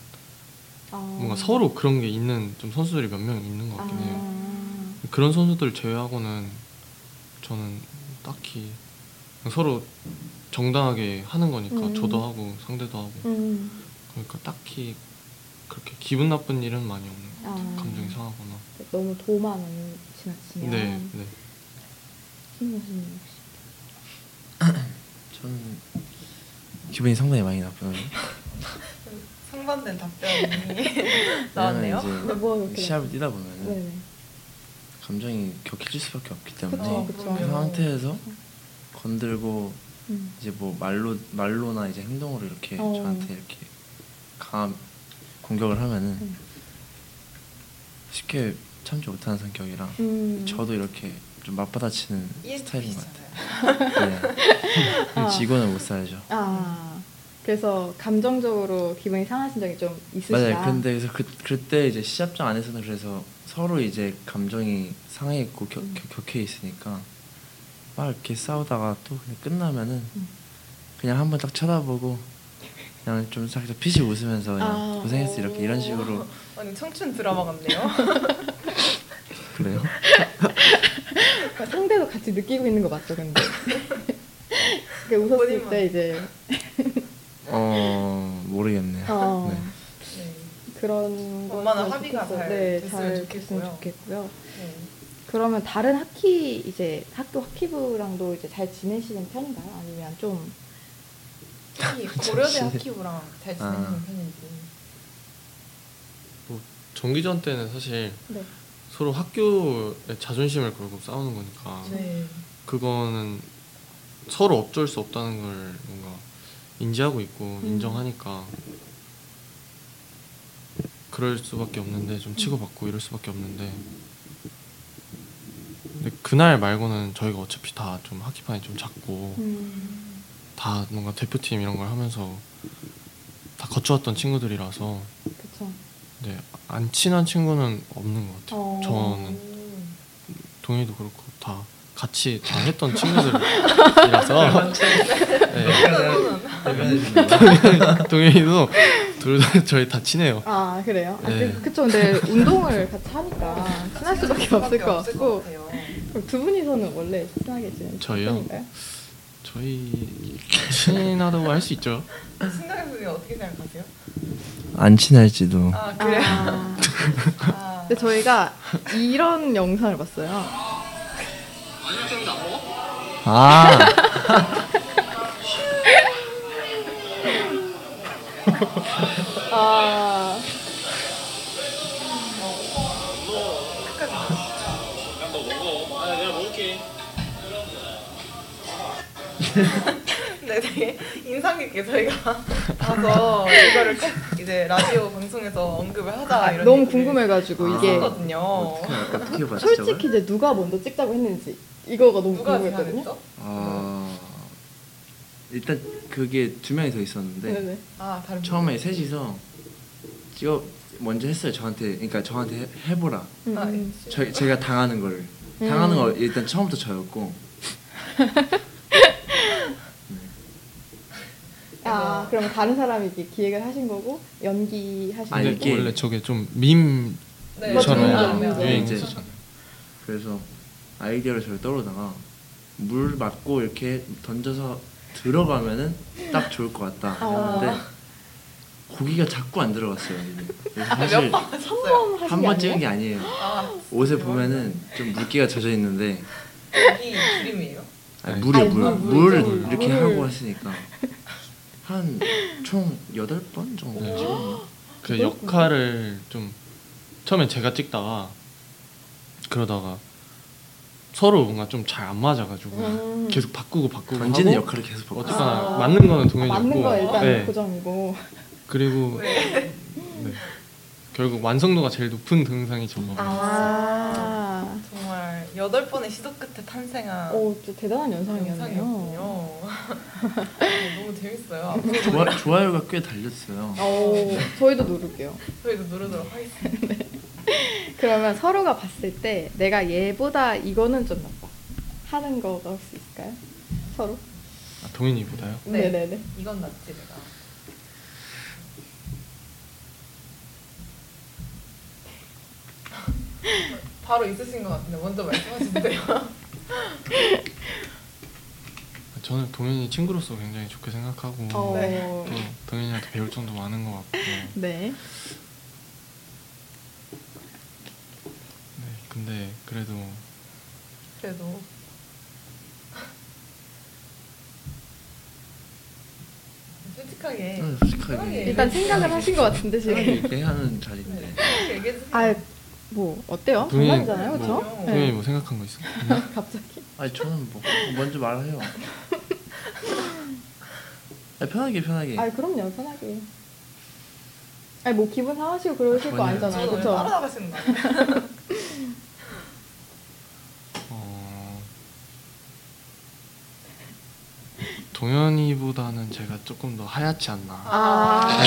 B: 아.
D: 뭔가 서로 그런 게 있는 좀 선수들이 몇 명 있는 것 같긴 해요.
B: 아.
D: 그런 선수들 제외하고는 저는 딱히 그냥 서로 정당하게 하는 거니까
B: 음.
D: 저도 하고 상대도 하고
B: 음.
D: 그러니까 딱히 그렇게 기분 나쁜 일은 많이 없는 것 같아요.
B: 아.
D: 감정이 상하거나.
B: 너무 도만 안 지나치면
D: 네, 네.
B: 신경 쓰는 역시.
C: 저는 기분이 상당히 많이 나쁘는
A: 상반된 답변이
C: [laughs]
A: 나왔네요. [laughs]
B: 근데 뭐가 그렇게
C: 시합을 뛰다
B: 나빠요?
C: 보면 은
B: 네네.
C: 감정이 격해질 수밖에 없기 때문에
B: 그쵸,
C: 그
B: 그쵸.
A: 그럼요.
C: 상태에서 건들고
B: 음.
C: 이제 뭐 말로 말로나 이제 행동으로 이렇게
B: 어.
C: 저한테 이렇게 감 공격을 하면은
B: 음.
C: 쉽게 참지 못하는 성격이라
B: 음.
C: 저도 이렇게 좀 맞받아치는 스타일인 것 같아요.
A: ESTP시잖아요.
B: [laughs]
C: 네. [laughs]
B: 아.
C: 지고는 못 살죠.
B: 아. 그래서 감정적으로 기분이 상하신 적이 좀 있으시다.
C: 맞아요. 근데 그래서 그 그때 이제 시합장 안에서는 그래서 서로 이제 감정이 상해 있고 격,
B: 음.
C: 격- 격해 있으니까 막 이렇게 싸우다가 또 그냥 끝나면은
B: 음.
C: 그냥 한번 딱 쳐다보고 그냥 좀 살짝 피식 웃으면서 그냥
B: 아,
C: 고생했어 이렇게 이런
A: 오.
B: [laughs]
C: 식으로
A: [laughs] 아니 청춘 드라마 같네요.
C: [laughs] 그래요?
B: 그러니까 상대도 같이 느끼고 있는 거 맞죠, [laughs] 근데? 그 웃었을
A: 본인만.
B: 때 이제
C: 어 모르겠네요.
B: 어,
C: 네.
A: 네.
B: 그런 거
A: 원만한 합의가 잘
B: 네,
A: 됐으면
B: 잘
A: 좋겠고요.
B: 됐으면 좋겠고요.
A: 네.
B: 그러면 다른 학기 이제 학교 학기부랑도 이제 잘 지내시는 편인가요? 아니면 좀
A: 특히 고려대
C: [laughs] 잠시.
A: 학기부랑 잘 지내는
C: 아.
A: 편인지.
D: 정기전 때는 사실
B: 네.
D: 서로 학교의 자존심을 걸고 싸우는 거니까
A: 네.
D: 그거는 서로 어쩔 수 없다는 걸 뭔가 인지하고 있고 인정하니까 그럴 수밖에 없는데 좀 치고받고 이럴 수밖에 없는데 근데 그날 말고는 저희가 어차피 다 좀 학기판이 좀 작고
B: 음,
D: 다 뭔가 대표팀 이런 걸 하면서 다 거쳐왔던 친구들이라서
B: 그쵸.
D: 네, 안 친한 친구는 없는 것 같아요.
B: 어.
D: 저는
A: 음.
D: 동희도 그렇고 다 같이 다 했던 친구들이라서 네,
C: 대변해주는 거
D: [laughs] 동희도 둘 다 저희 다 친해요.
B: 아 그래요? 아,
D: 네.
B: 그, 그쵸. 근데 운동을 같이 하니까 친할 수밖에 없을 것 같고
A: 같아요.
B: 그럼 두 분이서는 원래 친하게 지내는
D: 저희요?
B: 편인가요?
D: 저희 친하다고 할 수 있죠.
A: 신동엽 선생님 어떻게 생각하세요?
C: [laughs] 안 친할지도
A: 아 그래요?
B: 아,
A: 아.
B: 근데 저희가 이런 영상을 봤어요.
C: 아
B: 아, 아.
A: 네, 되게 인상 깊게
B: [laughs]
A: 저희가 봐서 이거를 꼭 이제 라디오 방송에서 언급을 하자 이런
B: 아, 너무
A: 얘기를
B: 궁금해가지고
C: 아.
B: 뭐 이게
A: 했거든요.
C: 어떻게 어떻게 봤죠?
B: 솔직히 이제 누가 먼저 찍자고 했는지 이거가 너무
A: 누가
B: 궁금했거든요.
A: 제안했죠?
C: 어 일단 그게 두 명이 더 있었는데
B: 네네.
A: 아 다른 분.
C: 처음에 셋이서 찍어 먼저 했어요 저한테 그러니까 저한테 해- 해보라
B: 음.
A: 아,
C: 저, 제가 당하는 걸
B: 음.
C: 당하는 걸 일단 처음부터 저였고
B: 아, 그럼 다른 사람이 이렇게 기획을 하신 거고 연기 하신
C: 아니,
D: 근데
B: 거고.
C: 이게-
D: 원래 저게 좀 밈
A: 네,
B: 맞아,
A: 맞아요.
D: 처럼
B: 맞아요. 네.
D: 유행했었잖아요.
C: 그래서 아이디어를 저를 떠오르다가 물 맞고 이렇게 던져서 들어가면은 딱 좋을 것 같다
B: 아.
C: 했는데 고기가 자꾸 안 들어갔어요 이게. 그래서
A: 아,
C: 사실
A: 몇번 하셨어요?
B: 처음 하신 게
C: 한번
B: 아니에요?
C: 찍은 게 아니에요
A: 아,
C: 옷에 보면은 좀 물기가 젖어 있는데
A: 이 그림이에요.
C: 아니,
D: 아니,
C: 물이
B: 아니,
C: 물,
B: 물,
C: 물,
B: 물, 물.
C: 이렇게
B: 물.
C: 하고 했으니까 한 총 여덟 번 정도 뭐
D: 네.
C: 찍었나?
D: 그
B: 그렇구나.
D: 역할을 좀 처음엔 제가 찍다가 그러다가 서로 뭔가 좀 잘 안 맞아가지고
B: 음.
D: 계속 바꾸고 바꾸고
C: 던지는
D: 하고
C: 역할을 계속 받고 있어요.
D: 어쨌거나
B: 아.
D: 맞는 거는
B: 아,
D: 동현이
B: 맞는
D: 없고
B: 거 일단
D: 네.
B: 고정이고.
D: 그리고
A: 왜?
D: 네. 결국 완성도가 제일 높은 동영상이 저거
B: 아,
A: 정말 여덟 번의 시도 끝에 탄생한
B: 오, 어, 진짜 대단한 연상이었네요.
A: 영상이었군요. [laughs] 네, 너무 재밌어요. 앞으로
C: [laughs] 좋아, 좋아요가 꽤 달렸어요.
B: 오, 저희도 누를게요.
A: 저희도 누르도록 하겠습니다.
B: 그러면 서로가 봤을 때 내가 얘보다 이거는 좀 낫다 하는 거가 혹시 있을까요? 서로?
D: 아, 동현이보다요?
A: 네.
B: 네, 네.
A: 이건 낫지 내가. 바로 있으신 것 같은데 먼저 말씀하시는데요. [laughs]
D: 저는 동현이 친구로서 굉장히 좋게 생각하고
B: 어,
A: 네.
D: 또 동현이한테 배울 점도 많은 것 같고 네,
B: 네.
D: 네, 근데 그래도
B: 어,
A: 그래도 솔직하게
D: 아,
C: 응,
A: 네.
C: 솔직하게
B: 일단 생각을 하신 것 같은데
C: 편하게
B: 지금.
C: 이렇게 하는 자리인데
A: 네, 얘기해 주세요.
B: 아, 뭐 어때요?
D: 동현이
B: 장난이잖아요, 그렇죠?
D: 뭐,
A: 그쵸?
D: 동현이 뭐 생각한 거 있어?
B: [laughs]
D: 요
B: 갑자기.
C: 아니 저는 뭐
B: [laughs]
C: 먼저 말해요. 아니, 편하게 편하게
B: 아, 그럼요, 편하게. 아니 뭐 기분 상하시고 그러실 거
C: 전혀요.
B: 아니잖아요,
A: 저는 오늘
B: 그렇죠?
A: 따라가시는 거 아니에요?
D: 어, 동현이보다는 제가 조금 더 하얗지 않나.
B: 아,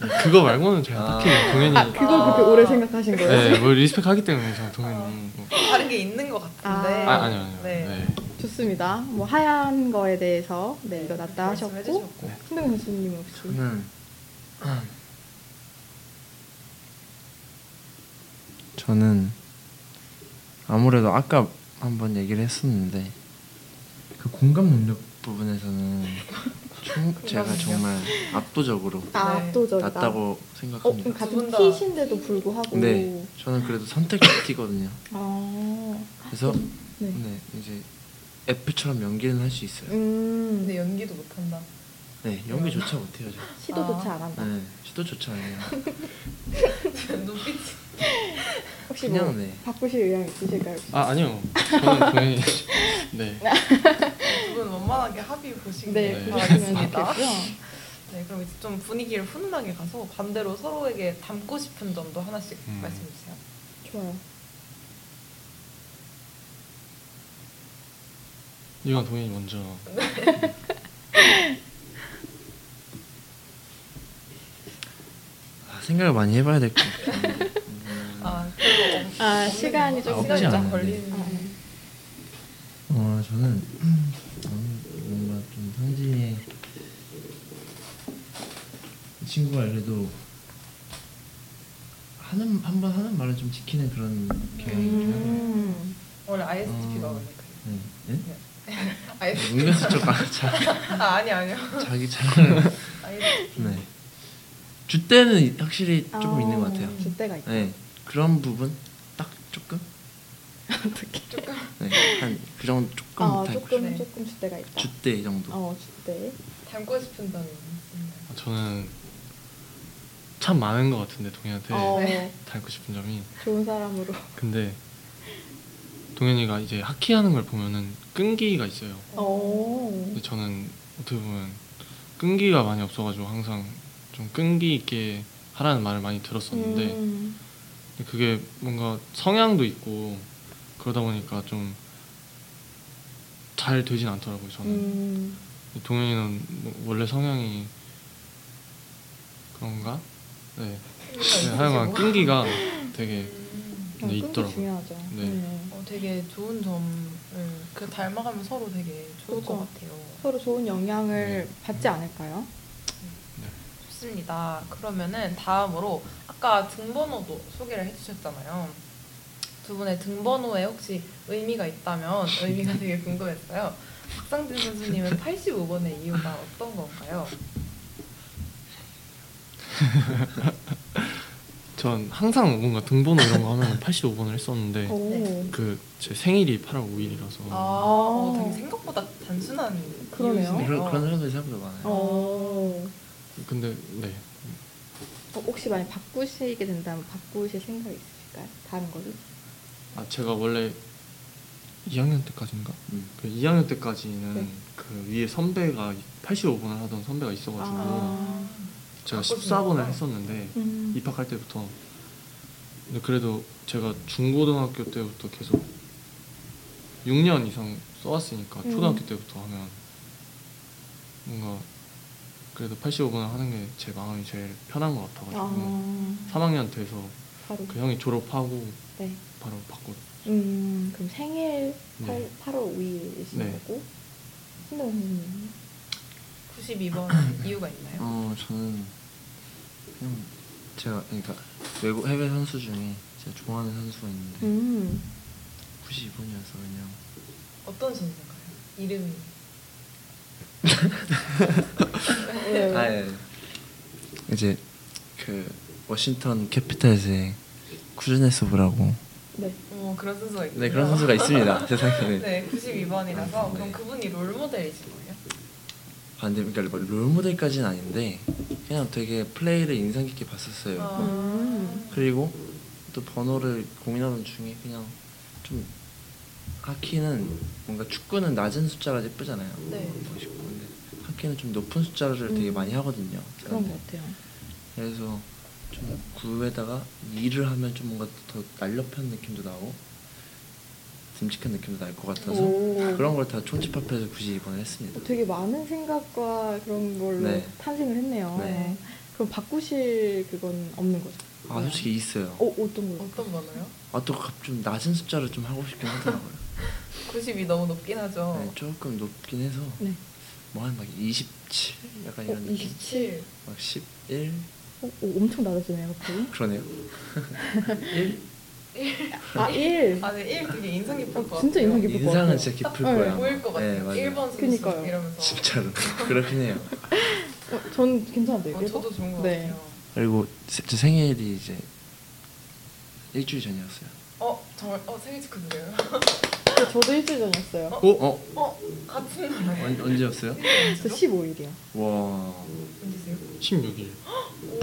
D: 네. 그거 말고는 제가
C: 아.
D: 딱히 동현이
B: 아 그걸 그렇게 오래 생각하신 거예요?
D: 네, 뭐 리스펙하기 때문에 저는
B: 아.
D: 동현이 뭐.
A: 다른 게 있는 것 같은데.
D: 아 아니요 아니요. 네.
B: 좋습니다. 뭐 하얀 거에 대해서 네 이거 낫다
A: 말씀해
B: 하셨고
A: 주셨고.
B: 신동 교수님 혹시
C: 저는 저는 아무래도 아까 한번 얘기를 했었는데 그 공감 능력 부분에서는 총, 제가
A: 이거는요?
C: 정말 압도적으로
B: 아,
A: 네.
B: 압도적이다.
C: 낮다고
B: 어, 그럼
C: 생각합니다.
A: 두분
B: 같은
A: 다.
B: 키신데도 불구하고.
C: 네, 저는 그래도 선택티거든요.
B: 아,
C: 그래서
B: 네.
C: 네, 이제 애플처럼 연기는 할 수 있어요.
B: 음,
A: 근데 연기도
B: [laughs]
A: 못한다.
C: 네, 연기조차 못해요. 저.
A: 아.
B: 시도조차 안 한다.
C: 네, 시도조차 안 해요.
A: 눈빛이
B: 혹시 뭐
C: 그냥 네.
B: 바꾸실 의향 있으실까요? 혹시?
D: 아 아니요. 저는 당연히 [laughs] 네.
A: 두분 원만하게 합의 보시길
B: 네,
D: 네.
B: 그러시면
A: 바라겠습니다.
B: 좋겠고요.
A: 네, 그럼 이제 좀 분위기를 훈훈하게 가서 반대로 서로에게 담고 싶은 점도 하나씩
D: 음.
A: 말씀해 주세요.
B: 좋아요.
D: 이건 동현이 먼저.
C: 아, 생각을 많이 해봐야 될 것 같아요. 음,
A: 아, 그리고 없-
B: 아,
A: 없는 거?
B: 시간이 좀
A: 아,
C: 없지
A: 시간이 좀
C: 않은데.
A: 걸리는.
B: 아, 네.
C: 어, 저는 음, 뭔가 좀 현지에 이 친구가 그래도 하는 한 번 하는 말을 좀 지키는 그런 경향이 음.
B: 음,
A: 원래 ISTP가
C: 어.
A: 원래 그래요.
C: 네. 네?
B: 네.
A: IS...
C: 은근슬쩍 아, 자,
A: 아, 아니 아니요.
C: 자기 자랑을
A: ISTP.
C: 네. 주때는 확실히 조금
B: 아,
C: 있는 것 같아요.
B: 줏대가 있다. [laughs]
C: 네. 그런 부분 딱 조금
B: 어떻게?
A: 조금
C: 네. 한 그 정도 조금
B: 아,
C: 못할 것
B: 조금
A: 네.
B: 조금 줏대가 있다.
C: 주때 이 정도.
B: 어, 줏대.
A: 담고 싶은 점이 있나요?
D: 저는 참 많은 것 같은데 동현한테
B: 어,
A: 네.
D: 닮고 싶은 점이.
B: 좋은 사람으로.
D: 근데 동현이가 이제 하키하는 걸 보면은 끈기가 있어요.
B: 어,
D: 근데 저는 어떻게 보면 끈기가 많이 없어가지고 항상 좀 끈기 있게 하라는 말을 많이 들었었는데
B: 음,
D: 근데 그게 뭔가 성향도 있고 그러다 보니까 좀 잘 되진 않더라고요 저는
B: 음,
D: 동현이는 뭐 원래 성향이 그런가? 네, 네
B: [laughs]
D: 하여간 끈기가 되게
A: 그러니까 뭐 음.
B: 어,
D: 네,
B: 끈기
D: 있더라고요.
B: 아, 중요하죠. 음.
D: 네.
A: 어, 되게 좋은 점을 그 닮아가면 서로 되게 좋을 것
B: 그렇죠.
A: 같아요.
B: 서로 좋은 영향을
D: 네.
B: 받지 않을까요?
A: 좋습니다. 그러면은 다음으로 아까 등번호도 소개를 해주셨잖아요. 두 분의 등번호에 혹시 의미가 있다면
C: [laughs]
A: 의미가 되게 궁금했어요. 박상진 선수님은 85번의 이유가 어떤 건가요?
D: 전 항상 뭔가 등번호 이런 거
B: [laughs]
D: 하면 85번을 했었는데
B: 오,
D: 그 제 생일이 8월 5일이라서
A: 아, 어, 되게 생각보다 단순한
B: 그러네요.
A: 이유시네요.
C: 그런 그런 사람들이 생각보다 많아요.
B: 어. 어,
D: 근데 네
B: 혹시 만약 바꾸시게 된다면 바꾸실 생각이 있으실까요? 다른 거를?
D: 아 제가 원래 2학년 때까지인가?
C: 음.
D: 그 2학년 때까지는
B: 네.
D: 그 위에 선배가 85번을 하던 선배가 있어가지고
B: 아.
D: 제가
A: 바꿔주는
D: 14번을
A: 거구나.
D: 했었는데
B: 음.
D: 입학할 때부터 근데 그래도 제가 중고등학교 때부터 계속 6년 이상 써왔으니까
B: 음.
D: 초등학교 때부터 하면 뭔가 그래도 85번을 하는 게 제 마음이 제일 편한 것 같아가지고
B: 아,
D: 3학년 돼서
B: 바로.
D: 음. 그 형이 졸업하고
B: 네.
D: 바로 바꿔
B: 음, 그럼 생일
D: 네.
B: 8, 8월 5일이신
D: 네.
B: 거고 신동 선생님
A: 92번
C: [clears throat]
A: 이유가 있나요?
C: 어 저는 그냥 제가 그러니까 외국 해외 선수 중에 제가 좋아하는 선수가 있는데
B: 음,
C: 92번이어서 그냥
A: 어떤 선수인가요? 이름이
B: 왜요?
C: 예. 이제 그 워싱턴 캐피탈스의 쿠즈네소브라고
B: 네.
A: 어, 그런 선수가 있군요.
C: 네 그런 선수가 [laughs] 있습니다 세상에 네.
A: [laughs] 네, 92번이라서 그럼
C: 네.
A: 그분이 롤모델이신 거예요?
C: 반대 그러니까 뭐 롤모델까지는 아닌데 그냥 되게 플레이를 인상 깊게 봤었어요
A: 아.
B: 음.
C: 그리고 또 번호를 고민하던 중에 그냥 좀 하키는 뭔가 축구는 낮은 숫자가 예쁘잖아요.
A: 네.
C: 보고 싶고 근데 하키는 좀 높은 숫자를 되게
B: 음.
C: 많이 하거든요.
B: 그런 것 같아요.
C: 그래서 좀 9에다가 2를 하면 좀 뭔가 더 날렵한 느낌도 나고 듬직한 느낌도 날 것 같아서
B: 오.
C: 그런 걸 다 총집합해서 굳이 이번에 했습니다.
B: 어, 되게 많은 생각과 그런 걸로
C: 네.
B: 탄생을 했네요.
C: 네.
B: 그럼 바꾸실 그건 없는 거죠?
C: 아 솔직히 있어요.
B: 어, 어떤 걸로?
A: 어떤 번호요?
C: 아 또 좀 낮은 숫자를 좀 하고 싶긴 하더라고요.
A: 90이 너무 높긴 하죠.
B: 어.
C: 네, 조금 높긴 해서
B: 네.
C: 뭐 한 막 27? 약간
B: 어,
C: 이런 느낌?
B: 27.
C: 막 11? [laughs]
B: 어, 어, 엄청 낮아지네요, 갑자기.
C: 그러네요. 1?
B: 아 1.
A: 아, 네, 1 되게 인상 깊을 것 같아요.
B: 진짜 인상 깊을 것 같아요.
C: 인상은 진짜 깊을
B: 네.
C: 거야.
A: 뭐 보일 것 같아요.
C: 네, 맞아요.
A: 1번 선수
B: 그니까요.
A: 이러면서.
C: 진짜로 [laughs] 그렇긴 해요.
A: [laughs]
B: 어, 전 괜찮은데요.
A: 어,
B: 일본?
A: 저도 좋은 것
B: 네.
A: 같아요.
C: 그리고 세- 제 생일이 이제 일주일 전이었어요.
A: 어, 정말 어 생일 축하드려요. [laughs]
B: 근데 저도 일주일 전이었어요.
C: 어? 어?
A: 어, 같은 날에.
C: 언, 언제였어요?
B: 저 15일이요.
C: 와.
A: 언제세요?
D: 16일.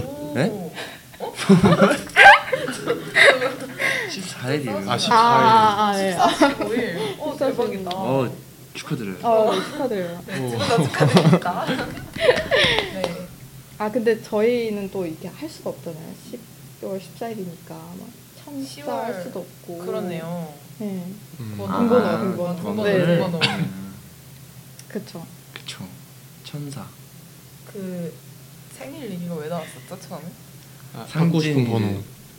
A: 오.
C: 네?
A: 어? [laughs]
C: 14일이에요.
D: 아, 14일.
B: 아, 아, 아, 예. 아,
A: 15일. 어, 대박이다.
C: 어, 축하드려요.
B: 아, 네, 축하드려요.
A: 네, 축하 축하드립니다. [laughs] 네.
B: 아, 근데 저희는 또 이렇게 할 수가 없잖아요. 10월 14일이니까 막 참사할
A: 10월.
B: 수도 없고.
A: 그러네요.
B: 네.
D: 음.
A: 뭐-
B: 군번호,
C: 아,
B: 군번호.
C: 군번호를.
A: 네, 군번호.
C: 음,
B: 그쵸.
C: 그쵸. 천사.
A: 그 생일 얘기가 왜 나왔었죠, 처음에?
D: 아, 받고 싶은
C: 상진이
D: 번호.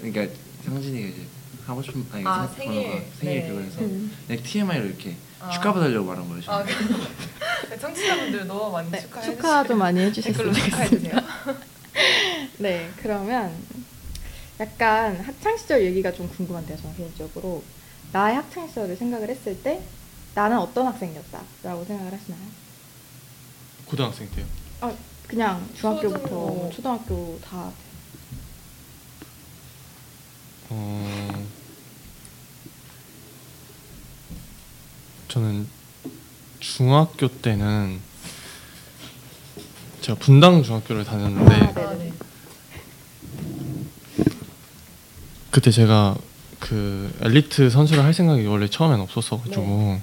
C: 이제- 그러니까 상진이가 이제 하고 싶은 아니
A: 아,
C: 상-
A: 생일.
C: 번호가 생일
A: 네.
C: 그거에서
B: 음.
C: 그냥 TMI로 이렇게
A: 아.
C: 축하 받으려고 말한 거예요.
A: 아,
C: 저는.
A: 그- [laughs] 청취자분들 너무 많이
B: 네,
A: 축하해
B: 축하 좀 많이
A: 댓글로
B: 해주셨으면
A: 축하해
B: 좋겠습니다.
A: 주세요.
B: 네, 그러면 약간 학창시절 얘기가 좀 궁금한데요, 저는 개인적으로. 나의 학창시절을 생각을 했을 때 나는 어떤 학생이었다? 라고 생각을 하시나요?
D: 고등학생 때요.
B: 아, 그냥 중학교부터 뭐
A: 초등학교.
B: 초등학교 다.
D: 어... 저는 중학교 때는 제가 분당 중학교를
B: 아,
D: 다녔는데
B: [laughs] 네.
A: 아, 네.
D: 그때 제가 그 엘리트 선수를 할 생각이 원래 처음엔 없었어가지고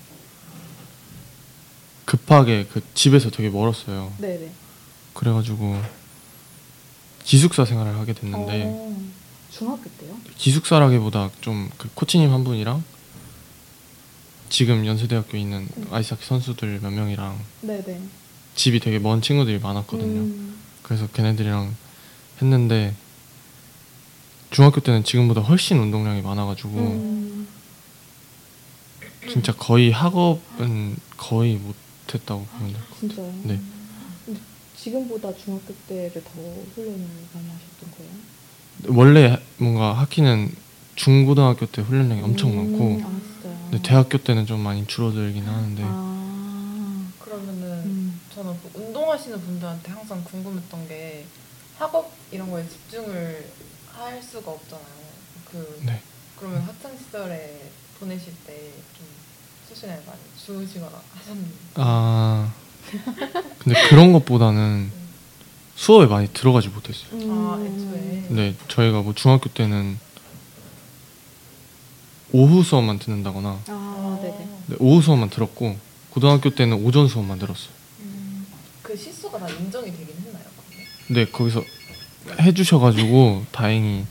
D: 급하게 그 집에서 되게 멀었어요.
B: 네네.
D: 그래가지고 기숙사 생활을 하게 됐는데
B: 어, 중학교 때요?
D: 기숙사라기보다 좀 그 코치님 한 분이랑 지금 연세대학교 에 있는 아이스하키 선수들 몇 명이랑
B: 네네.
D: 집이 되게 먼 친구들이 많았거든요.
B: 음,
D: 그래서 걔네들이랑 했는데 중학교 때는 지금보다 훨씬 운동량이 많아가지고
B: 음,
D: 진짜 거의 학업은 거의 못했다고 보면 돼요.
B: 진짜요?
D: 네.
B: 근데 지금보다 중학교 때를 더 훈련을 많이 하셨던 거예요?
D: 원래 뭔가 하키는 중고등학교 때 훈련량이 엄청
B: 음,
D: 많고
B: 아, 진짜요?
D: 근데 대학교 네. 때는 좀 많이 줄어들긴 하는데
B: 아,
A: 그러면은
B: 음.
A: 저는 그 운동하시는 분들한테 항상 궁금했던 게 학업 이런 거에 집중을 할 수가 없잖아요. 그
D: 네.
A: 그러면 학창 시절에 보내실 때 좀 수시날 많이 주우시거나 하셨는지.
D: 아 근데 그런 것보다는 수업에 많이 들어가지 못했어요.
B: 음.
A: 아 애초에.
D: 근데 저희가 뭐 중학교 때는 오후 수업만 듣는다거나
B: 아,
A: 음,
B: 네네.
D: 근데 오후 수업만 들었고 고등학교 때는 오전 수업만 들었어요.
A: 음, 그 실수가 다 인정이 되긴 했나요? 그게?
D: 근데 거기서 해주셔가지고 다행히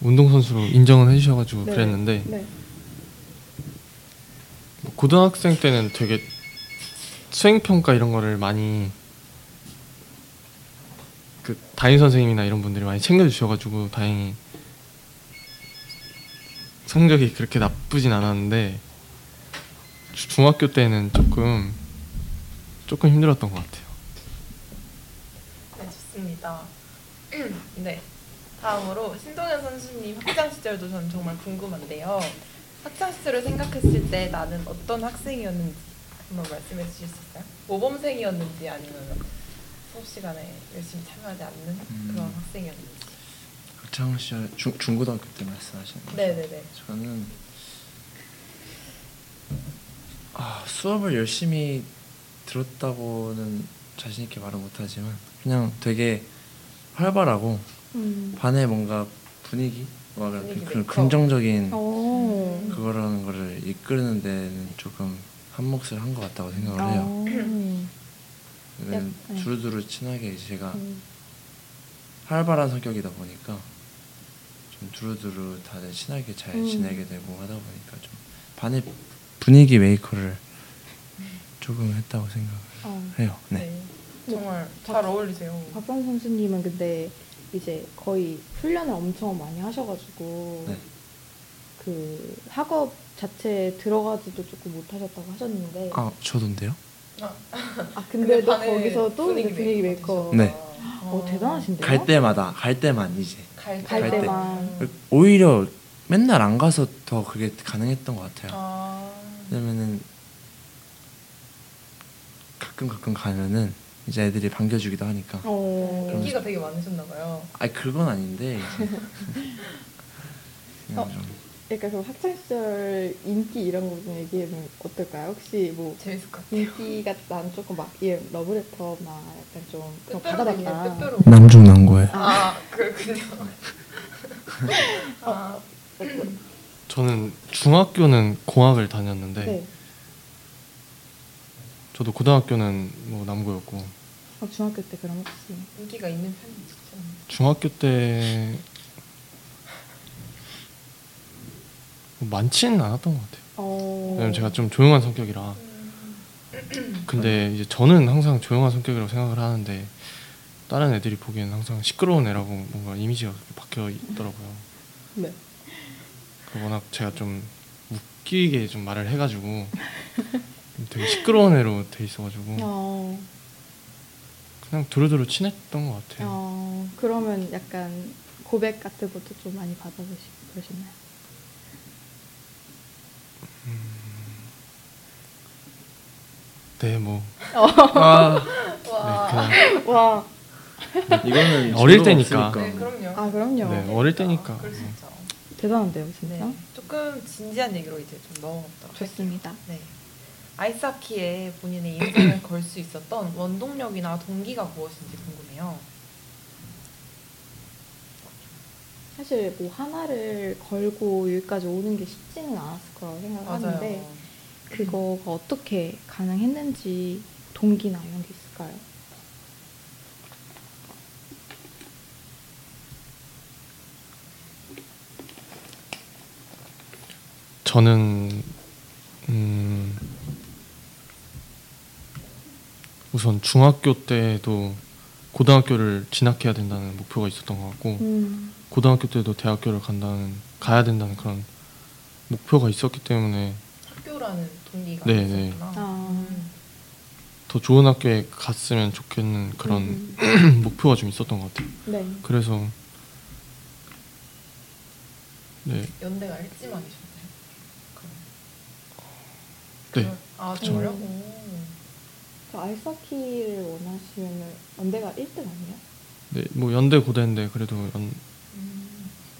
D: 운동선수로 인정을 해주셔가지고
B: 네.
D: 그랬는데
B: 네.
D: 뭐 고등학생 때는 되게 수행평가 이런 거를 많이 그 담임 선생님이나 이런 분들이 많이 챙겨주셔가지고 다행히 성적이 그렇게 나쁘진 않았는데 주- 중학교 때는 조금 조금 힘들었던 것 같아요.
A: 네 좋습니다. 네 다음으로 신동현 선수님 학창 시절도 저는 정말 궁금한데요. 학창 시절을 생각했을 때 나는 어떤 학생이었는지 한번 말씀해 주실 수 있어요? 모범생이었는지 아니면 수업 시간에 열심히 참여하지 않는
C: 음.
A: 그런 학생이었는지.
C: 학창 시절 중 중고등학교 때 말씀하시는 거죠?
A: 그- 네네네.
C: 저는 아, 수업을 열심히 들었다고는 자신 있게 말은 못하지만 그냥 되게 활발하고
B: 음.
C: 반의 뭔가 분위기 와 그런
A: 분위기 네, 어.
C: 음, 그런
A: 메이커.
C: 긍정적인
B: 오.
C: 그거라는 거를 이끄는 데는 조금 한 몫을 한 것 같다고 생각을 해요.
B: 음.
C: 왜냐면
B: 약- 네. 음.
C: 두루두루 친하게 제가 활발한 성격이다 보니까 좀 두루두루 다들 친하게 잘
B: 음.
C: 지내게 되고 하다 보니까 좀 반의 분위기 메이커를 조금 했다고 생각을
B: 어.
C: 해요.
A: 네.
C: 네.
A: 정말
B: 뭐,
A: 잘 어울리세요.
B: 박선 선수님은 근데 이제 거의 훈련을 엄청 많이 하셔가지고
C: 네.
B: 그 학업 자체에 들어가지도 조금 못하셨다고 하셨는데 아,
C: 아 저도인데요?
B: 근데도
A: 반에
B: 거기서도 분위기,
A: 분위기
B: 분위기 메이커.
A: 메이커가
C: 네.
A: 되셔서.
B: 어, 대단하신데요?
C: 갈 때마다 갈 때만 이제
A: 갈
B: 갈
A: 때마다.
B: 때만.
C: 오히려 맨날 안 가서 더 그게 가능했던 것 같아요.
A: 아.
C: 왜냐면은 가끔 가끔 가면은 이제 애들이 반겨주기도 하니까.
E: 어.
A: 인기가 되게 많으셨나 봐요.
C: 아니 그건 아닌데. 그냥
E: 어.
C: 좀
B: 약간 그럼 학창 시절 인기 이런 거 좀 얘기해보면 어떨까요? 혹시 뭐
A: 재밌을 것 같아요.
B: 인기가 난 조금 막얘 러브레터 막 약간 좀 그런 거
A: 빼빼로 얘기해요,
B: 받아봤다. 네.
A: 빼빼로.
C: 남중 남고에
A: 네, 아, 그렇군요. 아,
D: 저는 중학교는 공학을 다녔는데
B: 네.
D: 저도 고등학교는 뭐 남고였고
B: 어, 중학교 때 그럼 혹시
A: 인기가 있는 편이셨죠?
D: 중학교 때뭐 많지는 않았던 것 같아요.
B: 어.
D: 왜냐면 제가 좀 조용한 성격이라.
A: 음,
D: 근데 이제 저는 항상 조용한 성격이라고 생각을 하는데 다른 애들이 보기에는 항상 시끄러운 애라고 뭔가 이미지가 그렇게 박혀 있더라고요.
B: 네.
D: 그 워낙 제가 좀 웃기게 좀 말을 해가지고 되게 시끄러운 애로 돼 있어가지고
B: 어.
D: 그냥 두루두루 친했던 것 같아요.
B: 어. 그러면 약간 고백 같은 것도 좀 많이 받아보시고 그러셨나요?
D: 네, 뭐
C: 아,
D: 네,
A: 와.
D: 그냥
B: 와.
C: 이거는
D: 어릴
C: 재미가
D: 때니까.
C: 없으니까.
A: 네, 그럼요.
B: 아 그럼요.
D: 네. 어릴 때니까.
A: 그럴 수 있죠.
B: 대단한데요,
A: 네.
B: 진짜.
A: 조금 진지한 얘기로 이제 좀 넘어갔다.
B: 좋습니다.
A: 네. 아이스하키에 본인의 인생을 걸 수 있었던 원동력이나 동기가 무엇인지 궁금해요.
B: 사실 뭐 하나를 걸고 여기까지 오는 게 쉽지는 않았을 거라고 생각하는데
A: 맞아요.
B: 그거가 어떻게 가능했는지 동기나 이런 게 있을까요?
D: 저는 음 우선 중학교 때도 고등학교를 진학해야 된다는 목표가 있었던 것 같고
B: 음.
D: 고등학교 때도 대학교를 간다는 가야 된다는 그런 목표가 있었기 때문에
A: 학교라는 동기가
D: 네,
A: 있었구나.
B: 아.
A: 음.
D: 더 좋은 학교에 갔으면 좋겠는 그런
B: 음.
D: [clears throat] 목표가 좀 있었던 것 같아요.
B: 네.
D: 그래서 네
A: 연대가 일지망이셨나요? 그럼.
D: 네.
A: 그럼- 아
D: 그쵸.
A: 정말요? 오.
B: 음. 그 아이스하키를 원하시면은 연대가 1등 아니에요?
D: 네, 뭐 연대 고대인데 그래도 연,
A: 음.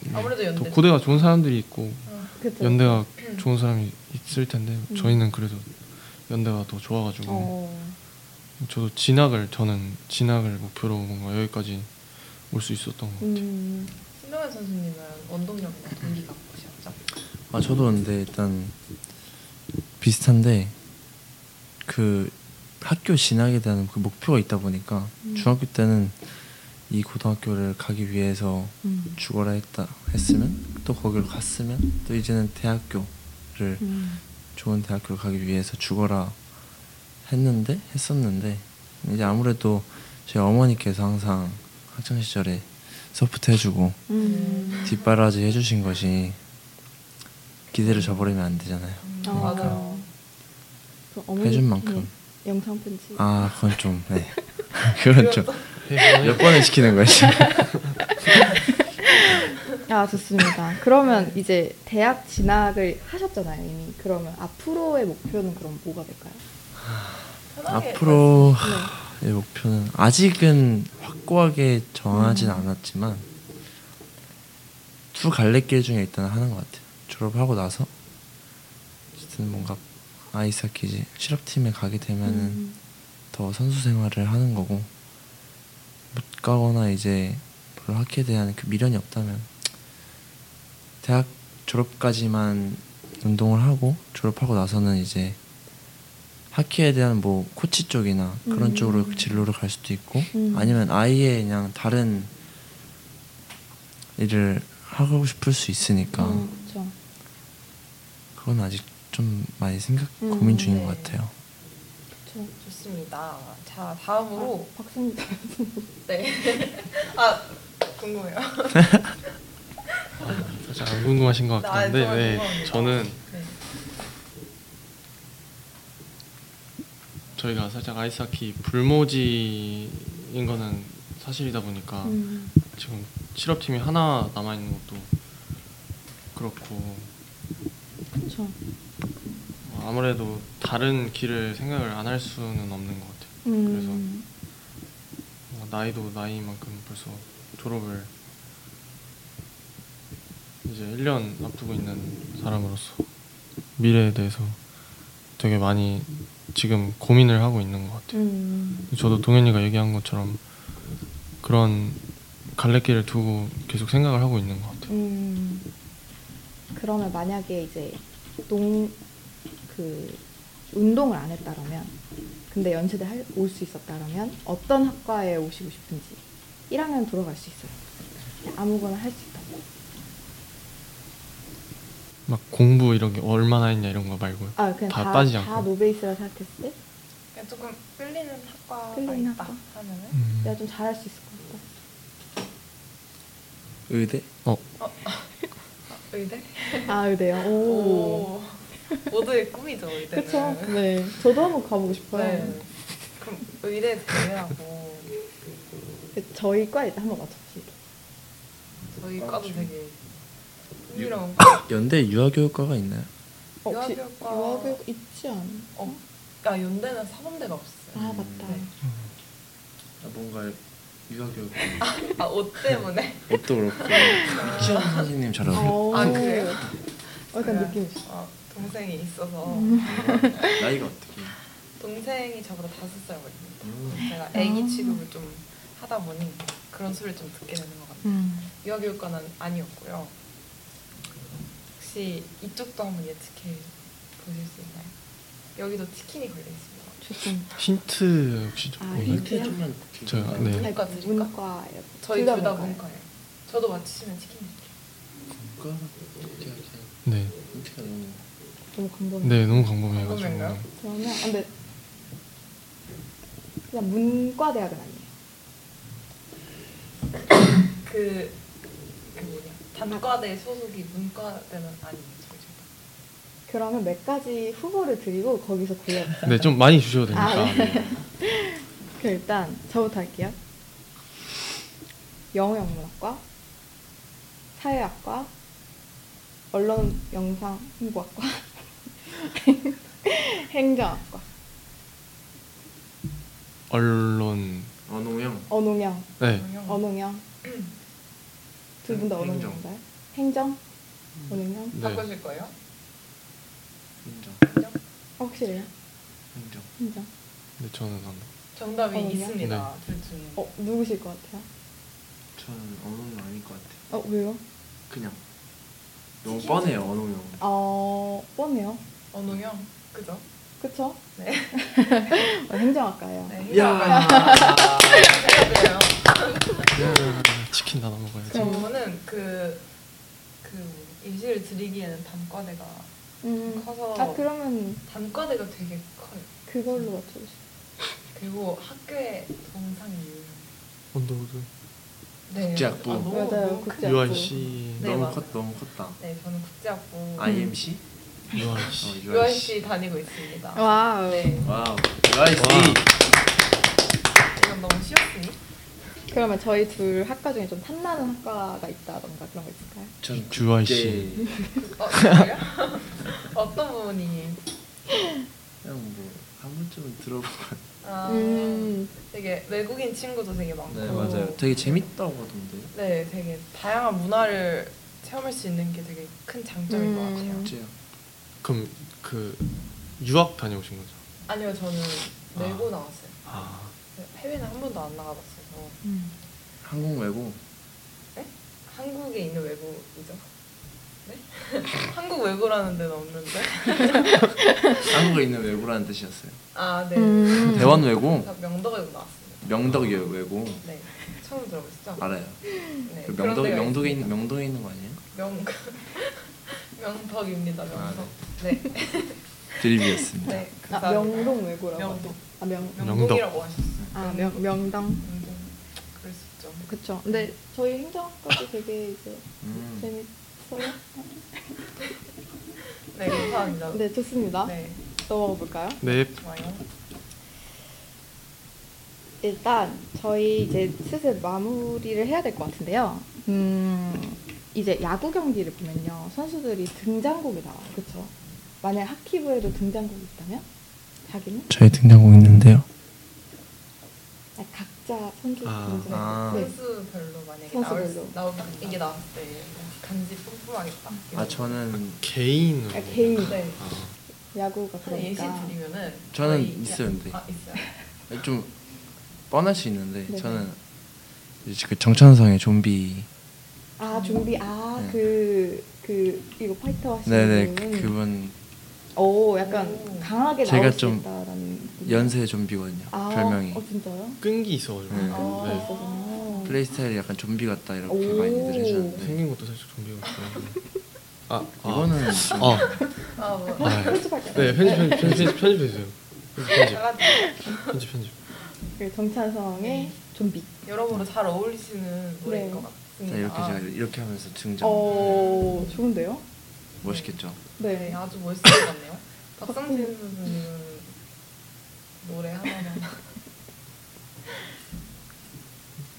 D: 네,
A: 아무래도
D: 또
A: 연대.
D: 고대가 좋은 사람들이 있고
A: 어.
B: 그죠?
D: 연대가 좋은 사람이 있을 텐데
B: 네. 음.
D: 저희는 그래도 연대가 더 좋아가지고
B: 어.
D: 저도 진학을 저는 진학을 목표로 뭔가 여기까지 올 수 있었던 것 같아요.
B: 음.
A: 신동현 선수님은 원동력이나 뭐 동기가 무엇이었죠?
C: 아 저도 근데 일단 비슷한데 그 학교 진학에 대한 그 목표가 있다 보니까
B: 음.
C: 중학교 때는 이 고등학교를 가기 위해서
B: 음.
C: 죽어라 했다 했으면 또 거기로 갔으면 또 이제는 대학교를
B: 음.
C: 좋은 대학교를 가기 위해서 죽어라 했는데 했었는데 이제 아무래도 제 어머니께서 항상 학창 시절에 서포트 해주고
B: 음.
C: 뒷바라지 해주신 것이 기대를 저버리면 안 되잖아요.
A: 음,
B: 아,
A: 맞아요.
B: 그 어머니
C: 해준 만큼.
B: 네, 영상 편지.
C: 아 그건 좀 네. [laughs] 그건
D: 네,
C: 좀몇 번을 시키는 거야 지금.
B: 아 좋습니다. 그러면 이제 대학 진학을 하셨잖아요 이미. 그러면 앞으로의 목표는 그럼 뭐가 될까요?
A: 편하게
C: 앞으로의 목표는 아직은 확고하게 정하진 않았지만 두 갈래길 중에 일단 하는 것 같아요. 졸업하고 나서 어쨌든 뭔가 아이스하키지 실업팀에 가게 되면은
B: 음.
C: 더 선수 생활을 하는 거고 못 가거나 이제 별로 학기에 대한 그 미련이 없다면 대학 졸업까지만 운동을 하고 졸업하고 나서는 이제 학기에 대한 뭐 코치 쪽이나 그런
B: 음.
C: 쪽으로 진로를 갈 수도 있고
B: 음.
C: 아니면 아예 그냥 다른 일을 하고 싶을 수 있으니까
B: 어, 그렇죠.
C: 그건 아직 좀 많이 생각
B: 음,
C: 고민 중인
A: 네.
C: 것 같아요.
B: 그렇죠.
A: 좋습니다. 자 다음으로
B: 아, 박승민 선수.
A: 네. [laughs] 아 궁금해요.
D: 사실 안 궁금하신
B: 아,
D: 것
A: 나
D: 같긴
A: 정말
D: 한데 네,
A: 아, 궁금합니다.
D: 저는
A: 네.
D: 저희가 살짝 아이스하키 불모지인 거는
C: 아.
D: 사실이다 보니까
B: 음.
D: 지금 실업팀이 하나 남아 있는 것도 그 그렇고
B: 그렇죠.
D: 아무래도 다른 길을 생각을 안 할 수는 없는 것 같아요.
B: 음,
D: 뭔가 어, 나이도 나이만큼 벌써 졸업을 이제 1년 앞두고 있는 사람으로서 미래에 대해서 되게 많이 지금 고민을 하고 있는 것 같아요.
B: 음,
D: 저도 동현이가 얘기한 것처럼 그런 갈래길을 두고 계속 생각을 하고 있는 것 같아요.
B: 음. 그러면 만약에 이제 농 그 운동을 안 했다라면, 근데 연세대 올 수 있었다라면 어떤 학과에 오시고 싶은지 1학년 돌아갈 수 있어요. 그냥 아무거나 할 수 있다.
D: 막 공부 이런 게 얼마나 했냐 이런 거 말고요.
B: 아 그냥
D: 다
B: 다,
D: 빠지지
B: 다
D: 않고.
B: 노베이스라 생각했을 때
A: 그냥 조금 끌리는 학과가
B: 끌리는
A: 있다
B: 학과?
A: 하면은
D: 음.
B: 내가 좀 잘할 수 있을 것 같다.
C: 의대?
D: 어
A: 아, 의대?
B: 아 의대요. 오.
A: 오. 모두의 꿈이죠 의대는.
B: 그쵸. 네. 저도 한번 가보고 싶어요.
A: 네. 그럼 의대 제외하고
B: 그 저희 과에 일단 한번 맞춰보시죠.
A: 저희 과도 되게 흥미로운
C: 연대 유아교육과가 있나요?
B: 어, 혹시
A: 유아교육과
B: 유아교육 있지 않나?
A: 어, 아 연대는 사범대가 없어요.
B: 아 맞다.
A: 네.
C: 뭔가 유아교육
A: 아 옷 때문에.
C: 옷도 그렇고 시험 선생님처럼
B: 어.
A: 아, 그래요?
B: 약간
A: 제가,
B: 느낌이 있어.
A: 어, 동생이 있어서
C: 음. 나이가 어떻게?
A: 동생이 저보다 다섯 살 어립니다.
C: 음.
A: 제가 아기 취급을 좀 하다 보니 그런 소리를 좀 듣게 되는 것 같아요.
B: 음,
A: 유아교육과는 아니었고요. 혹시 이쪽도 한번 예측해 보실 수 있나요? 여기도 치킨이 걸려 있습니다.
B: 좋습니다.
D: 힌트 혹시 좀
B: 아,
D: 보이나요?
B: 힌트.
C: 힌트 좀만
D: 제가 네
A: 문과
B: 아니,
A: 드릴까?
B: 문과
A: 저희 둘 다 문과예요. 저도 맞히시면 치킨 드릴게요.
C: 국가 어떻게
D: 네.
C: 힌트가 아, 너무
B: 너무 광범위.
D: 네 너무 광범위해가지고
A: 광범위한가요?
B: 그러면 아, 근데 그냥 문과 대학은 아니에요.
A: 그, 그 뭐냐 단과대 소속이 문과대는 아니에요. 저희 둘 다.
B: 그러면 몇 가지 후보를 드리고 거기서
D: [laughs]
B: 골라보세요.
D: 네 좀 많이 주셔도
B: 아,
D: 되니까
B: 그럼 일단 저부터 할게요. 영어영문학과, 사회학과, 언론영상홍보학과, [laughs] 행정학과,
D: 언론
C: 아, 언호영
B: 언어영,
D: 네
B: 음.
A: 전형.
B: 언어영. 두 분 다
C: 네, 행- 행정.
B: 언어영인가요?
C: 음.
B: 행정, 언어영.
D: 네.
A: 바꾸실 거예요?
C: 인정
B: 어, 확실해요.
C: 인정
B: 행정.
D: 근데 저는 안
A: 정답이
B: 어머냐? 뭐?
A: 있습니다.
C: 네.
A: 둘 중에.
B: 어 누구실 것 같아요?
C: 저는 언호영 아닐 것 같아요
B: 어 왜요?
C: 그냥 너무 뻔해요 언호영
B: 어 뻔해요.
A: 언호형 그죠?
B: 그쵸?
A: 네.
B: [laughs] 어, 행정학과예요.
A: 네.
C: 야
B: [laughs]
A: 그래요.
B: 어.
D: 치킨 나눠 먹어야지
B: 그럼-
A: 저는 그, 그 임시를 드리기에는 단과대가
B: 음.
A: 커서
B: 아 그러면
A: 단과대가 되게 커요.
B: 그걸로 맞춰주세요.
A: 그리고 학교에 동상이 유명해요.
D: 언더우드
A: 네.
C: 국제학부.
A: 아, 너무,
B: 맞아요, 그
A: 너무
B: 국제학부.
A: 큰-
D: UIC
A: 네,
C: 너무
A: 맞아요.
C: 컸 너무 컸다
A: 네, 저는 국제학부
C: 아, IMC
B: 네.
D: [laughs]
C: 어,
D: UIC
A: UIC 다니고 있습니다.
B: 와우.
A: 네,
C: 와우 UIC
D: 와우.
A: 이건 너무 쉬웠으니.
B: 그러면 저희 둘 학과 중에 좀 탐나는 학과가 있다던가 그런 거 있을까요?
C: 전
D: UIC.
C: 국제-
A: 어, 진짜요? [laughs] 어떤 부분이?
C: 그냥 뭐 한 번쯤은 들어본 것 같아요
A: 아,
B: 음.
A: 되게 외국인 친구도 되게 많고.
C: 네 맞아요 되게 재밌다고 하던데
A: 네, 되게 다양한 문화를 체험할 수 있는 게 되게 큰 장점인 것
B: 음.
A: 같아요.
C: 국제요
D: 그럼 그 유학 다녀오신 거죠?
A: 아니요, 저는 외고
D: 아.
A: 나왔어요.
D: 아
A: 네, 해외는 한 번도 안 나가봤어서
B: 음.
C: 한국 외고
A: 한국에 있는 외고이죠. 네? [laughs] 한국 외고라는 데는 없는데.
C: 한국에 있는 외고라는 뜻이었어요
A: 아, 네.
B: 음.
C: 대원 외고
A: 저 명덕 외고 나왔습니다.
C: 명덕 외고
A: 네, 처음 들어보시죠?
C: 알아요
A: 네,
C: 그
A: 그런
C: 명덕
A: 데가
C: 명덕에
A: 있습니다.
C: 있는 명동에 있는 거 아니에요?
A: 명 명덕입니다 명덕
C: 아,
A: 네네
C: 드립이었습니다.
A: 네,
B: 아,
A: 감사합니다.
B: 명동 외고라고.
A: 명동
B: 아, 명,
A: 명동이라고 하셨어요 네.
B: 아 명, 명당.
A: 명동 그럴 수 있죠
B: 그쵸. 근데 저희 행정학과도 되게 이제
C: 음.
B: 재밌어요.
A: 네 감사합니다
B: 네, 좋습니다.
A: 네
B: 넘어가 볼까요?
D: 네.
A: 좋아요
B: 일단 저희 이제 슬슬 마무리를 해야 될 것 같은데요. 음, 이제 야구 경기를 보면요 선수들이 등장곡이 나와 그렇죠? 만약 하키부에도 등장곡이 있다면 자기는
C: 저희 등장곡 있는데요.
B: 아니, 각자 선수
D: 아,
B: 등장곡
C: 아.
B: 네.
A: 선수별로 만약에
B: 선수별로.
A: 나올 수- 나오 딱 이게 나왔을 때 간지 뿜뿜하겠다.
C: 아 저는
D: 개인으로.
B: 아, 개인
A: 네.
D: 아,
B: 야구가
A: 하나 아, 네, 예시
B: 그러니까
A: 드리면은
C: 저는
A: 거의
C: 있어요, 근데.
A: 아 있어요.
C: 좀 뻔할 수 있는데
B: 네.
C: 저는 이제 그 정천성의 좀비
B: 아 좀비 아
C: 네.
B: 그 그 이거 파이터
C: 네네
B: 하시는
C: 그-
B: 분은
C: 그분
B: 오 약간
A: 오.
B: 강하게
C: 제가
B: 나올 수
C: 좀
B: 있다라는 느낌.
C: 연쇄 좀비거든요
B: 아,
C: 별명이
B: 어 진짜요?
D: 끈기 있어가지고.
C: 음.
B: 아,
D: 네.
B: 있었구나.
C: 플레이 스타일이 약간 좀비 같다 이렇게
B: 오.
C: 많이들 해주는데
D: 생긴 것도 살짝 좀비가 있어요. 아, 아.
C: 이거는 좀
D: 아,
A: 아 뭐.
D: 아,
B: 편집할게.
D: 네 편집 편집 편집 편집해주세요. 편집
A: 잘하지.
D: 편집 편집.
B: 그 정찬성의 좀비.
A: 여러모로 잘 어울리시는 노래인
B: 네.
A: 것
C: 자,
A: 같습니다. 아,
C: 이렇게 제가 이렇게 하면서 등장
B: 어 좋은데요?
C: 멋있겠죠
A: 네,
B: 네.
A: 아주 멋있을 것 같네요. 박상진 선수님 노래 하나만.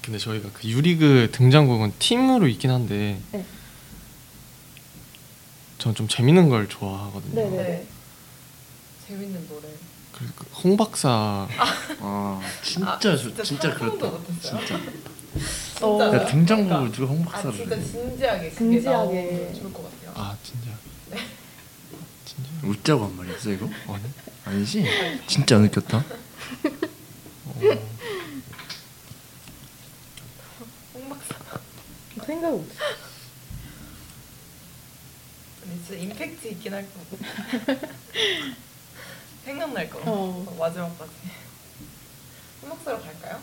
D: 근데 저희가 그 유리그 등장곡은 팀으로 있긴 한데
B: 네.
D: 저는 좀 재밌는 걸 좋아하거든요.
B: 네네.
A: 네. 재밌는 노래.
D: 그홍 박사
C: 아 진짜
A: 아,
C: 저-
A: 진짜
C: 진짜,
A: 상상도
C: 그렇다
A: 못했어요. [laughs]
C: 진짜
B: 어.
A: 진짜요?
C: 야, 네, 등장곡을
A: 그러니까,
C: 누가 홍
A: 아
C: 박사를
A: 진짜
C: 해
A: 진지하게 그게
B: 진지하게.
A: 나오면 좋을 것 같아요.
D: 아 진짜. 진짜.
C: 웃자고 한 말이었어 이거?
D: 아니.
C: 아니지? 음, 진짜 안 웃겼다
D: 어,
A: 홍 박사.
B: 생각 못했어.
A: 근데 진짜 임팩트 있긴 할 거고.
B: [laughs]
A: 생각날 거.
B: 어.
A: 어. 마지막까지. 홍 박사로 갈까요?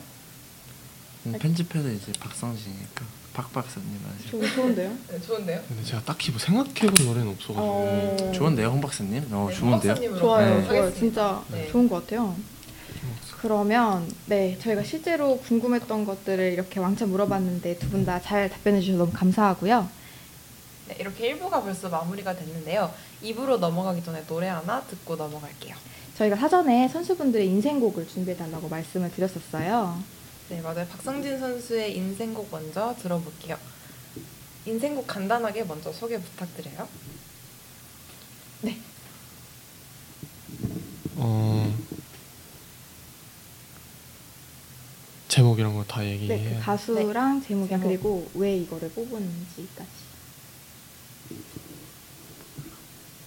C: 편집해서 이제 박상진이니까 박 박사님 아시죠?
B: 좋은 좋은데요?
A: 네, 좋은데요?
D: 근데 제가 딱히 뭐 생각해본 노래는 없어가지고.
B: 어.
C: 좋은데요 홍 박사님? 어
A: 네, 홍
C: 좋은데요?
A: 박사님으로
B: 좋아요.
A: 가도록
B: 좋아요.
A: 하겠습니다.
B: 진짜
A: 네.
B: 좋은 것 같아요.
D: 홍 박사.
B: 그러면 네 저희가 실제로 궁금했던 것들을 이렇게 왕창 물어봤는데 두 분 다 잘 답변해 주셔서 너무 감사하고요.
A: 네, 이렇게 1부가 벌써 마무리가 됐는데요. 2부로 넘어가기 전에 노래 하나 듣고 넘어갈게요.
B: 저희가 사전에 선수분들의 인생곡을 준비해 달라고 말씀을 드렸었어요.
A: 네, 맞아요. 박성진 선수의 인생곡 먼저 들어볼게요. 인생곡 간단하게 먼저 소개 부탁드려요.
D: 어. 제목 이런 거 다
C: 예.
D: 얘기해야.
B: 네, 그 가수랑 제목이
A: 제목.
B: 그리고 왜 이거를 뽑았는지까지.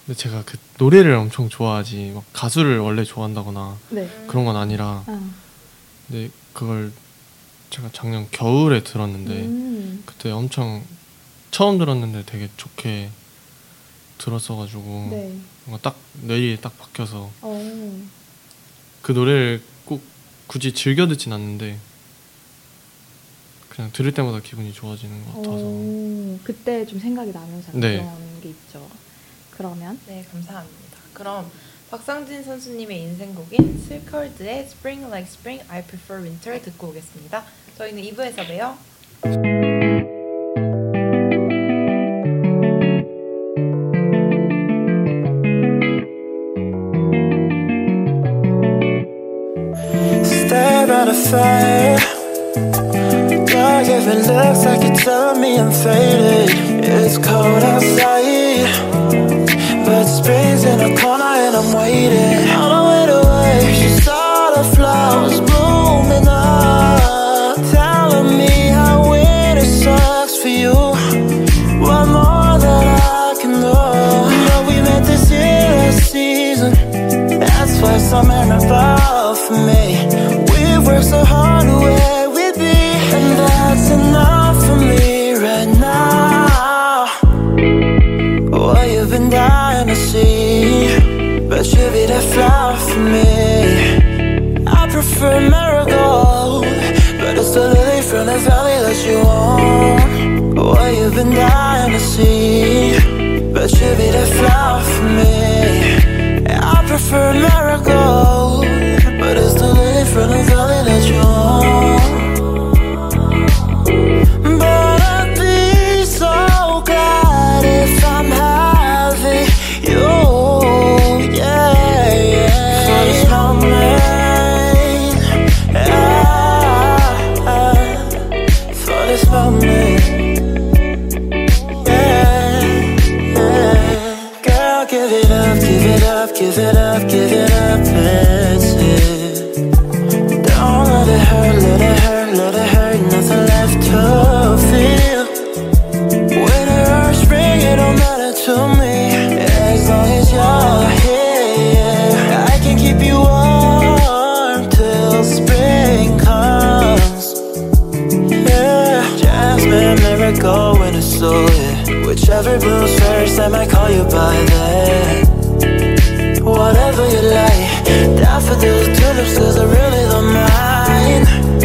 D: 근데 제가 그 노래를 엄청 좋아하지 막 가수를 원래 좋아한다거나
B: 네.
D: 그런 건 아니라
B: 아.
D: 근데 그걸 제가 작년 겨울에 들었는데
B: 음.
D: 그때 엄청 처음 들었는데 되게 좋게 들었어가지고
B: 네.
D: 뭔가 딱 뇌리에 딱 박혀서
B: 어.
D: 그 노래를 꼭 굳이 즐겨 듣진 않는데 그냥 들을 때마다 기분이 좋아지는 것 같아서
B: 어. 그때 좀 생각이 나면서
D: 네.
B: 그런 게 있죠. 그러면
A: 네, 감사합니다. 그럼 박성진 선수님의 인생곡인 슬컬드의 Spring Like Spring, I Prefer Winter 듣고 오겠습니다. 저희는 2부에서 봬요.
F: Stare at a fire. Why if it looks like you're telling me I'm faded? It's cold outside, but spring's in the corner and I'm waiting. On the way to waves, you saw the flowers blooming up, telling me how winter sucks for you. What more that I can do? You know we met this year last season. That's why summer about for me. We work so hard where we be, and that's enough for me right now. What you've been dying to see, but you be that flower for me. I prefer marigold, but it's the lily from the valley that you own. What you've been dying to see, but you be that flower for me. I prefer miracle, but it's the lady from the valley that you own. But I'd be so glad if I'm having you, yeah, yeah. For this moment, ah, ah, for this moment.
G: hurt, let it hurt, let it hurt, nothing left to feel. When it hurts, spring, it don't matter to me. As long as you're here, I can keep you warm till spring comes. Yeah, Jasmine, miracle, winter, soul, yeah. Whichever blooms first, I might call you by then. Whatever you like, daffodils, tulips, cause I really don't mind.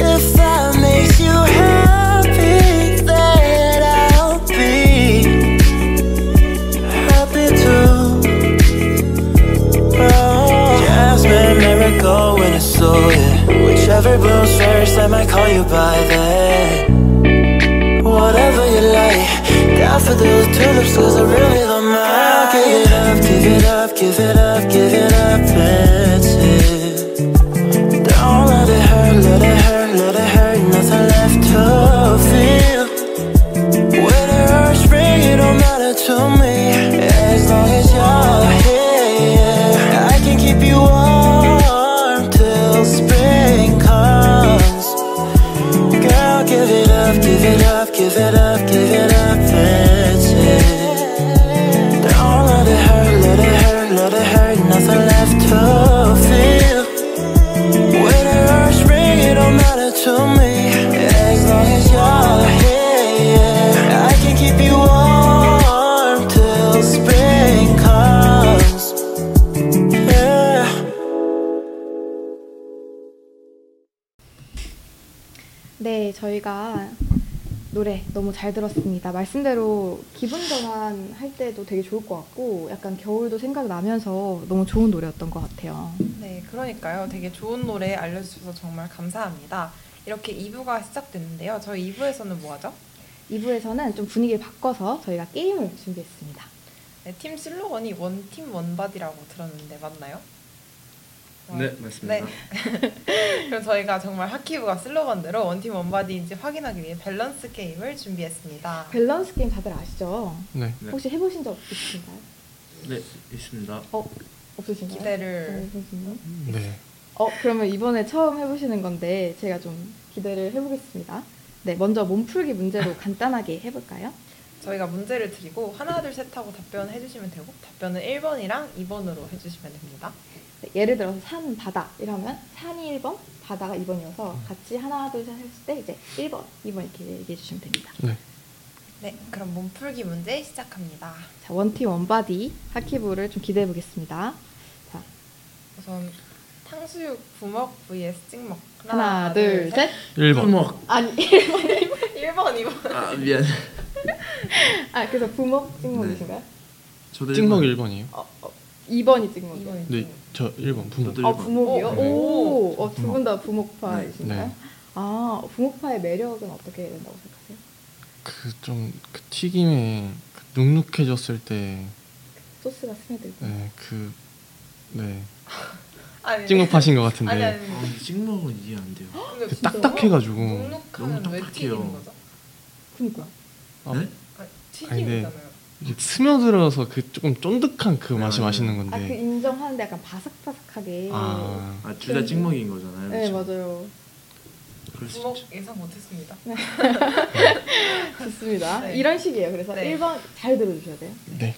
G: If I make you happy, then I'll be happy too. Oh, Jasmine, miracle, winter, soul, yeah. Whichever blooms first, I might call you by then. Whatever you like, daffodils, tulips, cause I really don't mind. Give it up, give it up, give it up, give it up, that's it. Don't let it hurt, let it hurt, let it hurt, nothing left to feel. Winter or spring, it don't matter to me. As long as you're here, I can keep you warm till spring comes. Girl, give it up, give it up, give it up, give it up, that's it. Don't let it hurt, let it hurt, let it hurt, nothing left to feel. Winter or spring, it don't matter to me. As long as you're here, I can keep you warm till spring comes. Yeah.
B: 네, 저희가 노래 너무 잘 들었습니다. 말씀대로 기분 전환 할 때도 되게 좋을 것 같고, 약간 겨울도 생각나면서 너무 좋은 노래였던 것 같아요.
A: 네, 그러니까요. 되게 좋은 노래 알려주셔서 정말 감사합니다. 이렇게 2부가 시작됐는데요. 저희 2부에서는 뭐 하죠?
B: 2부에서는 좀 분위기를 바꿔서 저희가 게임을 준비했습니다.
A: 네, 팀 슬로건이 원팀 원바디라고 들었는데 맞나요?
C: 네, 맞습니다.
A: 네. 그럼 저희가 정말 하키부가 슬로건대로 원팀 원바디인지 확인하기 위해 밸런스 게임을 준비했습니다.
B: 밸런스 게임 다들 아시죠?
D: 네.
C: 네.
B: 혹시 해보신 적 있으신가요?
C: 네, 있습니다.
B: 없으신가요?
A: 기대를
B: 네, 선생님.
D: 네.
B: 어, 그러면 이번에 처음 해보시는 건데 제가 좀 기대를 해보겠습니다. 네, 먼저 몸풀기 [laughs] 문제로 간단하게 해볼까요?
A: 저희가 문제를 드리고 하나 둘 셋 하고 답변해 주시면 되고 답변은 1번이랑 2번으로 해 주시면 됩니다.
B: 네, 예를 들어서 산, 바다 이러면 산이 1번, 바다가 2번이어서 같이 하나, 둘, 셋 했을 때 이제 1번, 2번 이렇게 얘기해 주시면 됩니다.
D: 네.
A: 네, 그럼 몸풀기 문제 시작합니다.
B: 자, 원티 원바디 하키부를 좀 기대해 보겠습니다. 자,
A: 우선 탕수육 부먹 vs 찍먹.
B: 하나, 둘, 셋.
D: 1번.
C: 부먹.
B: 아니, [laughs]
A: 1번, 2번.
C: 아, 미안.
B: 아, 그래서 부먹 찍먹이신가요?
C: 저도
D: 찍먹 1번이에요.
B: 어, 어, 2번이 찍먹이요.
A: 2번.
D: 네. 저 1번 부모.
C: 저도
B: 아,
C: 1번.
B: 부목이요?
D: 네.
B: 오, 어, 두
D: 부목.
B: 분 다 부목파이신가요?
D: 네.
B: 아, 부목파의 매력은 어떻게 된다고 생각하세요?
D: 그 좀 그 튀김에 그 눅눅해졌을 때,
B: 소스가 스며들고.
D: 네, 그 네.
A: 아니, 네.
D: 찍먹파신 것 같은데.
A: 아니, 아니.
C: 아, 근데 찍먹은 이해 안 돼요.
A: 근데
D: 그
A: 진짜
D: 딱딱해가지고.
A: 눅눅하면
C: 너무
A: 왜
C: 딱딱해요.
A: 튀기는 거죠?
B: 그니까.
D: 어.
C: 네?
A: 아니,
D: 아니, 네.
A: 튀김이잖아요.
D: 이게 스며들어서 그 조금 쫀득한 그
C: 네,
D: 맛이
C: 맞아요.
D: 맛있는 건데.
B: 아, 그 인정하는데 약간 바삭바삭하게.
D: 아,
C: 아, 그렇죠. 둘 다
A: 음.
C: 찍먹인 거잖아요.
B: 네,
C: 그쵸?
B: 맞아요.
C: 그럴 수 있죠.
A: 부먹 예상 못했습니다.
B: 좋습니다.
A: 네.
B: 이런 식이에요. 그래서
A: 네.
B: 1번 잘 들어주셔야 돼요.
D: 네.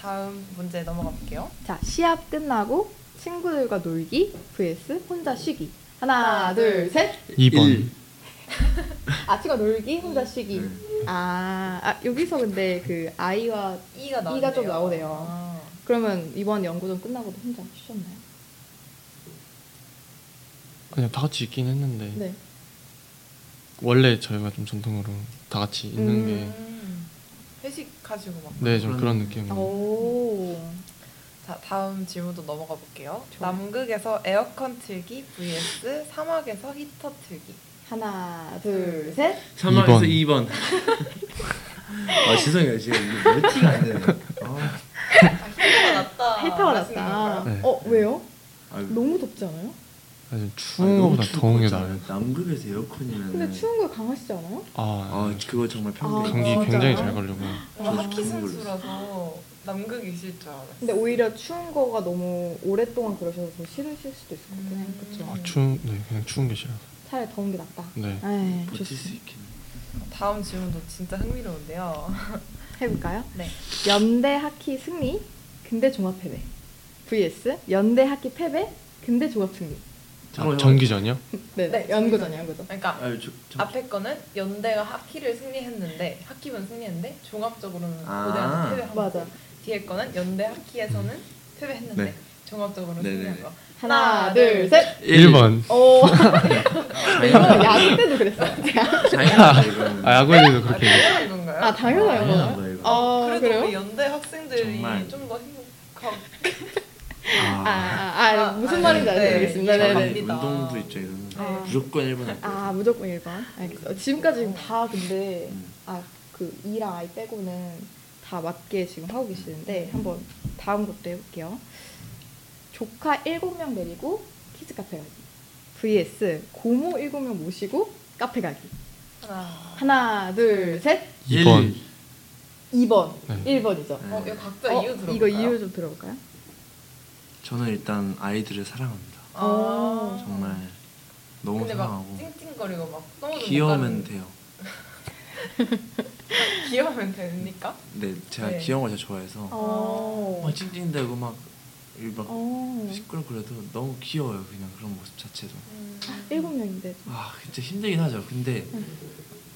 A: 다음 문제 넘어가 볼게요.
B: 자, 시합 끝나고 친구들과 놀기 vs 혼자 쉬기. 하나,
A: 하나,
B: 둘,
A: 둘,
B: 셋.
D: 2번.
B: 아, 친구 놀기, 혼자 쉬기.
C: 네.
B: 아, 아, 여기서 근데 그 아이와
A: 이가 나오네요.
B: 이가 좀 나오네요.
A: 아,
B: 그러면 이번 연구전 끝나고도 혼자 쉬셨나요?
D: 아니요, 다 같이 있긴 했는데.
B: 네.
D: 원래 저희가 좀 전통으로 다 같이 있는 게.
A: 음, 회식 가지고 막.
D: 네, 좀 그런
C: 그런-
B: 어.
D: 느낌으로.
B: 오.
A: 자, 다음 질문도 넘어가 볼게요.
B: 좋아요.
A: 남극에서 에어컨 틀기 vs 사막에서 히터 틀기.
B: 하나, 둘, 셋.
C: 사막에서
D: 2번. [laughs]
C: 2번. 아, 죄송해요. 지금 이게 왜 티가
D: [laughs]
C: 안 되네요. 아,
A: 히터가 났다.
B: 헬타가 났다.
D: 건가요? 네.
B: 어, 왜요?
C: 아유,
B: 너무 덥지 않아요?
D: 사실 추운 거보다 더운 게 나아요.
C: 남극에서 에어컨이면
B: 근데 추운 거 강하시지 않아요?
D: 아,
C: 아 그거 정말 평균.
D: 감기
B: 어, 맞아요.
D: 굉장히 잘 걸리고
C: 저도
A: 아, 하키
C: 처음
A: 선수라서 남극 있을 줄 알았어요.
B: 근데 오히려 추운 거가 너무 오랫동안 그러셔서 더 싫으실 수도 있을 것 같긴 해요. 그렇죠.
D: 아, 추운 네 그냥 추운 게 싫어요.
B: 차라리 더운 게 낫다.
D: 네.
B: 네,
C: 버틸 수
B: 좋습니다.
C: 있겠네.
B: 뭐
A: 다음 질문도 진짜 흥미로운데요.
B: 해볼까요?
A: 네.
B: 연대 하키 승리, 근대 종합 패배. vs 연대 하키 패배, 근대 종합 승리.
D: 아, 전기전이요?
B: 네,
A: 네,
B: 연구전, 연구전.
A: 그러니까
C: 아유 저, 저,
A: 앞에 거는 연대가 하키를 승리했는데 하키만 승리했는데 종합적으로는
C: 아.
A: 고대한테 패배한 거.
B: 맞아.
A: 뒤에 거는 연대 하키에서는 패배했는데
C: 네.
A: 종합적으로
C: 네,
A: 승리한
C: 네,
A: 거.
B: 하나, 둘, 셋.
C: 예,
D: 1번.
B: 오, [laughs]
C: 당연하다
B: 이거 야구 때도 그랬어요. [laughs] 제가.
C: 예. 아, 당연하다 이거는.
D: 아, 야구에도
A: 아,
D: 그렇게 얘기해요.
A: 당연한 건가요?
B: 아, 당연한
C: 당연한
B: 거예요.
C: 거예요, 이거.
B: 아,
A: 그래도 우리
B: 그래요?
A: 연대 학생들이
C: 정말.
A: 좀 더 행복하고
B: 아, 아, 아, 무슨
A: 아,
B: 말인지
A: 네,
B: 알겠습니다.
A: 네,
B: 네,
A: 이해가
B: 네,
A: 갑니다.
B: 네.
C: 운동부 입장에서는
B: 아.
C: 무조건 일본 할 거예요.
B: 아, 무조건 1번. 알겠어요. 지금까지 다 근데,
C: 음.
B: 아, 그 2랑 I 빼고는 다 맞게 지금 하고 계시는데, 한번 다음 것도 해볼게요. 조카 7명 데리고 키즈 카페 가기. vs 고모 7명 모시고 카페 가기. 아.
A: 하나.
B: 하나, 둘, 셋.
C: 일.
D: 2번.
B: 2번.
D: 네.
B: 1번이죠.
C: 네.
A: 어, 이거 각자
B: 어,
A: 이유 들어볼까요?
B: 이거 이유 좀 들어볼까요?
C: 저는 일단 아이들을 사랑합니다.
B: 어.
A: 아.
C: 정말 너무
A: 근데 막
C: 사랑하고
A: 찡찡거리고 막 떠오르는
C: 귀여우면 돼요.
A: 귀여우면 되니까?
C: 네, 제가
A: 네.
C: 귀여운 걸 진짜 좋아해서
B: 어.
C: 막 찡찡대고 막, 이막
B: 어.
C: 시끄럽고래도 너무 귀여워요. 그냥 그런 모습 자체도.
B: 음. 어. 일곱 명인데.
C: 아, 진짜 힘들긴 하죠. 근데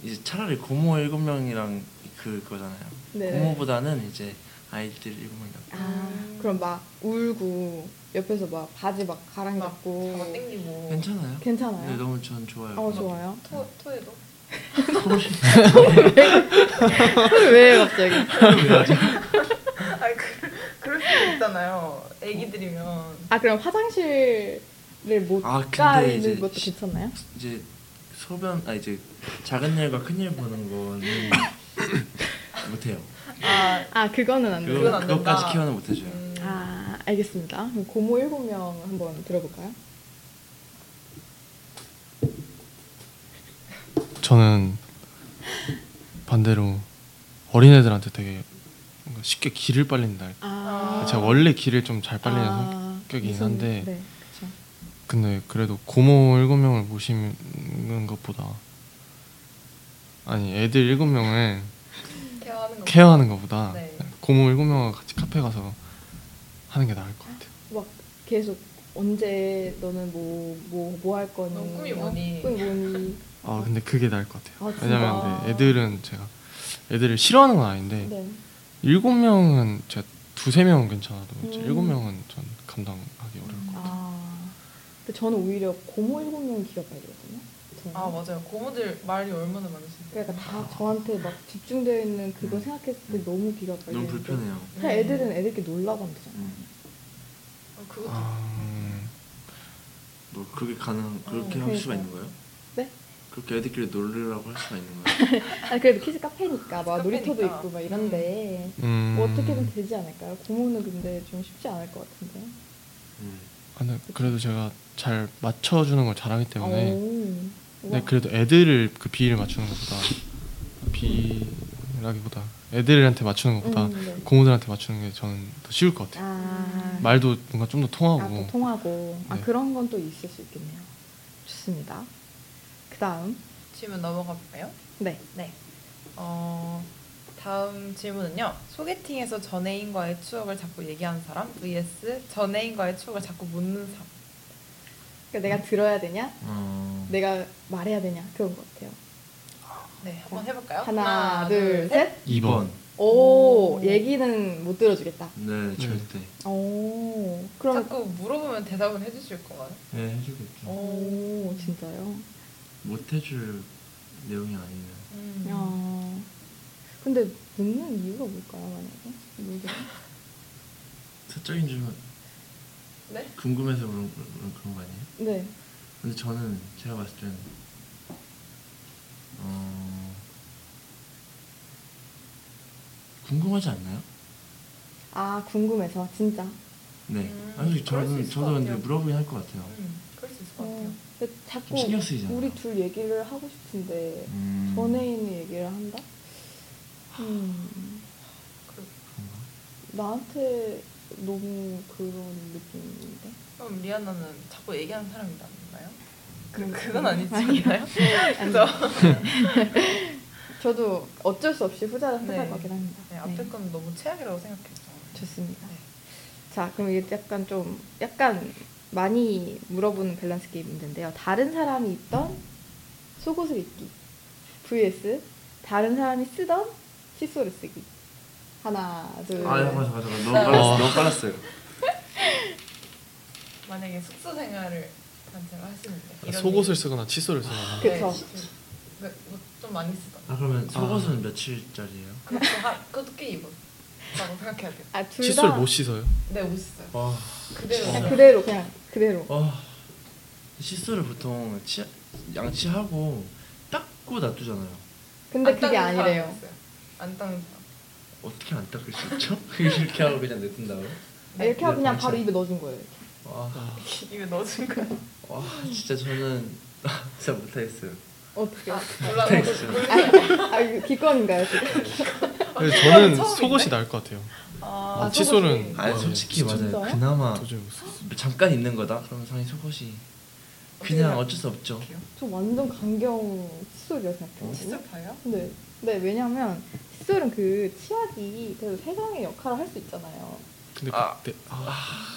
C: 이제 차라리 고모 일곱 명이랑 그거잖아요.
B: 네.
C: 고모보다는 이제 아이들 일곱 명 낫고.
B: 아, 그럼 막 울고 옆에서 막 바지 막 가랑이
A: 막
B: 잡고.
A: 잡아 땡기고
C: 괜찮아요? 네,
B: 괜찮아요.
C: 너무 전 좋아요.
B: 어 좋아요.
A: 토, 토해도
B: [laughs] 왜 갑자기?
A: 아니 그, 그럴 수도 있잖아요 애기들이면
B: 아 그럼 화장실을 못
C: 아, 근데 이제
B: 가는 것도 괜찮나요?
C: 이제 소변 아 이제 작은 일과 큰 일 보는 거는 못해요.
A: 아
B: 아 그거는 안 돼요.
A: 그건
C: 그거
A: 안
C: 그것까지
A: 된다.
C: 키워는 못해줘요.
A: 음,
B: 아 알겠습니다. 그럼 고모 일곱 명 한번 들어볼까요?
D: 저는 반대로 어린애들한테 되게 뭔가 쉽게 길을 빨린다. 할까?
B: 아
D: 제가 원래 길을 좀 잘 빨리는 성
B: 아,
D: 성격이긴
B: 무슨-
D: 한데.
B: 네, 그렇죠.
D: 근데 그래도 고모 7명을 모시는 것보다 아니 애들 7명을
A: 음, 케어하는 거
D: 케어하는 것보다
A: 네.
D: 고모 7명과 같이 카페 가서 하는 게 나을 것 같아요.
B: 막 계속 언제 너는 뭐 뭐 뭐 할 거니?
A: 너 꿈이
B: 어,
A: 뭐니?
B: 꿈이 뭐니?
D: 아 근데 그게 나을 것 같아요.
B: 어. 아, 진짜?
D: 왜냐면 네, 애들은 제가 애들을 싫어하는 건 아닌데
B: 네.
D: 일곱 명은 제가 두세 명은 괜찮아도 이제
B: 음.
D: 일곱 명은 전 감당하기 어려울 것 같아요.
B: 아, 근데 저는 오히려 고모 일곱 명 기가 빨리거든요. 저는.
A: 아 맞아요 고모들 말이 얼마나 많으신데
B: 그러니까 다 저한테 막 집중되어 있는 그거
C: 음.
B: 생각했을 때 너무 귀가 빨리.
C: 너무 불편해요.
A: 음.
C: 음.
B: 사실 애들은 애들끼리 놀라고 하면 되잖아요.
A: 어,
B: 음.
A: 그것도
D: 아,
C: 뭐 그렇게 가능
A: 아,
C: 그렇게
B: 어,
C: 할
B: 그러니까요.
C: 수가 있는 거예요?
B: 네?
C: 그렇게 애들끼리 놀으라고 할 수가 있는
A: [laughs]
C: 거예요?
B: 아니 그래도 키즈 카페니까 막
A: 카페니까.
B: 놀이터도 있고 막 이런데
D: 음.
B: 뭐 어떻게든 되지 않을까요? 고모는 근데 좀 쉽지 않을 것 같은데.
C: 음.
D: 아, 근데 그래도 제가 잘 맞춰주는 걸 잘하기
B: 어.
D: 때문에.
B: 오.
D: 근데
B: 우와.
D: 네, 그래도 애들을 그 비를 맞추는 것보다 비라기보다 애들한테 맞추는 것보다
B: 음, 네.
D: 고모들한테 맞추는 게 저는 더 쉬울 것 같아요.
B: 아,
D: 말도 뭔가 좀 더
B: 아,
D: 통하고.
B: 또 통하고. 아
D: 네.
B: 그런 건 또 있을 수 있겠네요. 좋습니다. 그 다음.
A: 질문 넘어가 볼까요?
B: 네.
A: 네. 어, 다음 질문은요. 소개팅에서 전애인과의 추억을 자꾸 얘기하는 사람 vs 전애인과의 추억을 자꾸 묻는 사람.
B: 그러니까 내가 들어야 되냐?
C: 어.
B: 내가 말해야 되냐? 그런 것 같아요.
A: 네, 한번 해볼까요?
B: 하나, 둘, 셋.
D: 이 번.
B: 오, 얘기는 못 들어주겠다.
C: 네, 절대.
B: 오, 그럼
A: 자꾸 물어보면 대답은 해주실 거예요.
C: 네,
A: 어.
C: 해주겠죠.
B: 오, 진짜요?
C: 못 해줄 내용이 아니면
A: 음.
B: 야. 근데 묻는 이유가 뭘까요, 만약에? 모르겠어요.
C: 사적인 질문
A: 네?
C: 궁금해서 그런 그런 그런 거 아니에요?
B: 네.
C: 근데 저는 제가 봤을 때는 어 궁금하지 않나요?
B: 아, 궁금해서 진짜.
C: 네.
A: 음,
C: 아니
A: 그럴 수
C: 저는
A: 있을
C: 저도
A: 것
C: 근데
A: 같아요.
C: 물어보긴 할 것 같아요.
A: 음, 그럴 수 있을 것
B: 근데 자꾸
C: 좀 신경 쓰이잖아.
B: 우리 둘 얘기를 하고 싶은데
C: 음.
B: 전에는 얘기를 한다? 음, 나한테 너무 그런 느낌인데?
A: 그럼 리아나는 자꾸 얘기하는 사람이 낫나요?
B: 그,
A: 그건 아니지
B: [laughs]
A: 않나요? 그래서
B: 저도 어쩔 수 없이 후자를 선택할
A: 네.
B: 것 같긴 합니다.
A: 네,
B: 네.
A: 앞에 건 너무 최악이라고 생각했죠.
B: 좋습니다.
A: 네.
B: 자, 그럼 이게 약간 좀 약간 많이 물어보는 밸런스 게임 있는데요. 다른 사람이 입던 속옷을 입기 vs 다른 사람이 쓰던 칫솔을 쓰기. 하나,
A: 그
B: 둘.
C: 아 잠깐 잠깐 잠깐 너무 빨랐어
D: 어.
C: 너무 빨랐어요.
A: 만약에 숙소 생활을 단체로 하시는데 이런
D: 아, 속옷을
A: 얘기-
D: 쓰거나 칫솔을 쓰거나
A: 네,
B: 그쵸.
A: 그- 그거 좀 많이 쓰던.
C: 아 그러면 속옷은 며칠짜리예요?
A: 그것도 하, 그것도 꽤 입었다고 생각해야 돼.
B: 아, 둘
D: 칫솔
B: 다.
D: 못 씻어요.
A: 네, 옷 있어요.
D: 아.
C: 와.
A: 그대로.
B: 아, 그냥 그대로 그냥 그대로.
C: 와. 칫솔을 어. 보통 치, 양치하고 닦고 놔두잖아요.
B: 근데
A: 안
B: 그게
A: 닦는 사람이
B: 아니래요. 아,
A: 있어요. 안 닦는 사람.
C: 어떻게 안 닦을 수
D: [laughs]
C: 있죠? 이렇게 하고 그냥 냅둔다고?
B: 아, 이렇게 하고 그냥
C: 네,
B: 바로
C: 괜찮아요.
B: 입에 넣어준 거예요.
C: 와,
A: 이거 넣어준
D: [laughs]
A: 거야.
C: 와 진짜 저는 [laughs] 진짜 못하겠어요.
B: 어떻게? 아,
A: 몰라.
D: 네.
C: 못하겠어요.
B: 아 이거 기권인가요 지금?
D: 근데 저는
A: 처음인데?
D: 속옷이 나을 것 같아요.
A: 아,
D: 아, 칫솔은
A: 속옷이.
C: 아니 솔직히
D: 진짜
C: 맞아요.
B: 진짜요?
C: 그나마
D: 도저히 못 써.
C: 잠깐 있는 거다. 그러면 상이 속옷이 그냥 어쩔 수 없죠.
B: 저 완전 강경 칫솔이라 생각해요.
A: 어, 진짜 봐요?
B: 네. 네, 왜냐면 칫솔은 그 치약이 그래도 세상의 역할을 할 수 있잖아요.
D: 근데
C: 아.
D: 그때 아,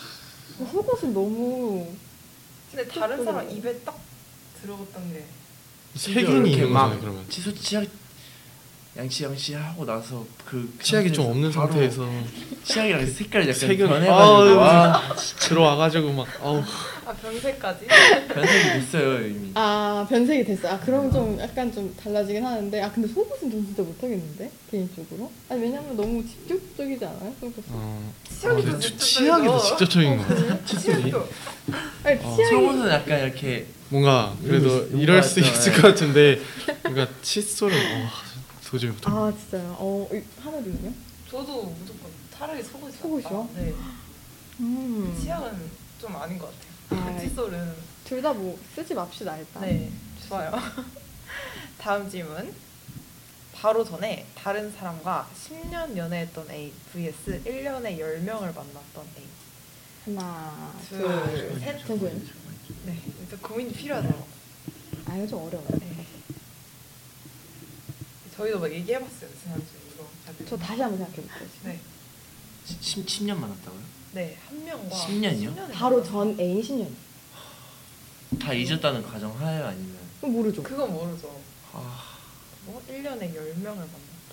B: 속옷은 너무
A: 근데 다른 사람 입에 딱 들어갔던 게
D: 세균이
C: 이렇게
D: 있는
C: 막
D: 거잖아요. 그러면
C: 치솔 치약 양치 양치 하고 나서 그
D: 치약이 좀
C: 상태에서
D: 없는
C: 바로
D: 상태에서
C: 치약이랑 그 색깔이 약간
D: 세균
C: 변해가지고 와,
D: 아, 들어와가지고 막 아우
A: 아, 변색까지?
C: 변색이 있어요 이미.
B: 아, 변색이 됐어. 아, 그럼 좀 약간 좀 달라지긴 하는데 아, 근데 속옷은 좀 진짜 못 하겠는데. 개인적으로. 아니, 왜냐면 너무 집중적이지 않아요? 속옷.
D: 어,
A: 치약이
D: 아,
A: 더
D: 치-
A: 직접적이죠.
D: 치약이 더 직접적인 거 같아.
A: 치약도
B: 아니,
D: 어,
B: 치약이
C: 속옷은 약간 이렇게
D: 뭔가 그래도
C: 뭔가
D: 이럴 수
C: 있잖아요. 예.
D: 있을 것 같은데 뭔가 칫솔은 어, 도저히 못.
B: 아, 진짜요. 어, 이- 하나는요?
A: 저도 무조건 차라리 속옷이
B: 속옷이요?
A: 낫다. 네.
B: 음.
A: 치약은 좀 아닌 것 같아요. 그
B: 아,
A: 칫솔은
B: 둘다 뭐 쓰지 맙시다, 일단.
A: 네 좋아요. [laughs] 다음 질문. 바로 전에 다른 사람과 10년 연애했던 A vs 1년에 10명을 만났던 A.
B: 하나, 둘.
A: 둘, 셋.
B: 저거요?
A: 네, 일단 고민이 필요하죠.
B: 아, 이거 좀 어려워요.
A: 네. 저희도 막 얘기해봤어요 지난주에 이거. 다들.
B: 저 다시 한번 생각해 볼게요.
A: 네,
C: 10, 10년 만났다고요?
A: 네한 명과
C: 10년이요?
A: 10년 을
B: 바로
A: 만났어요.
B: 전 애인 10년.
C: 다 잊었다는 가정 하에요 아니면
B: 그럼 모르죠.
A: 그건 모르죠.
C: 아,
A: 뭐 1년에 10명을 만났다.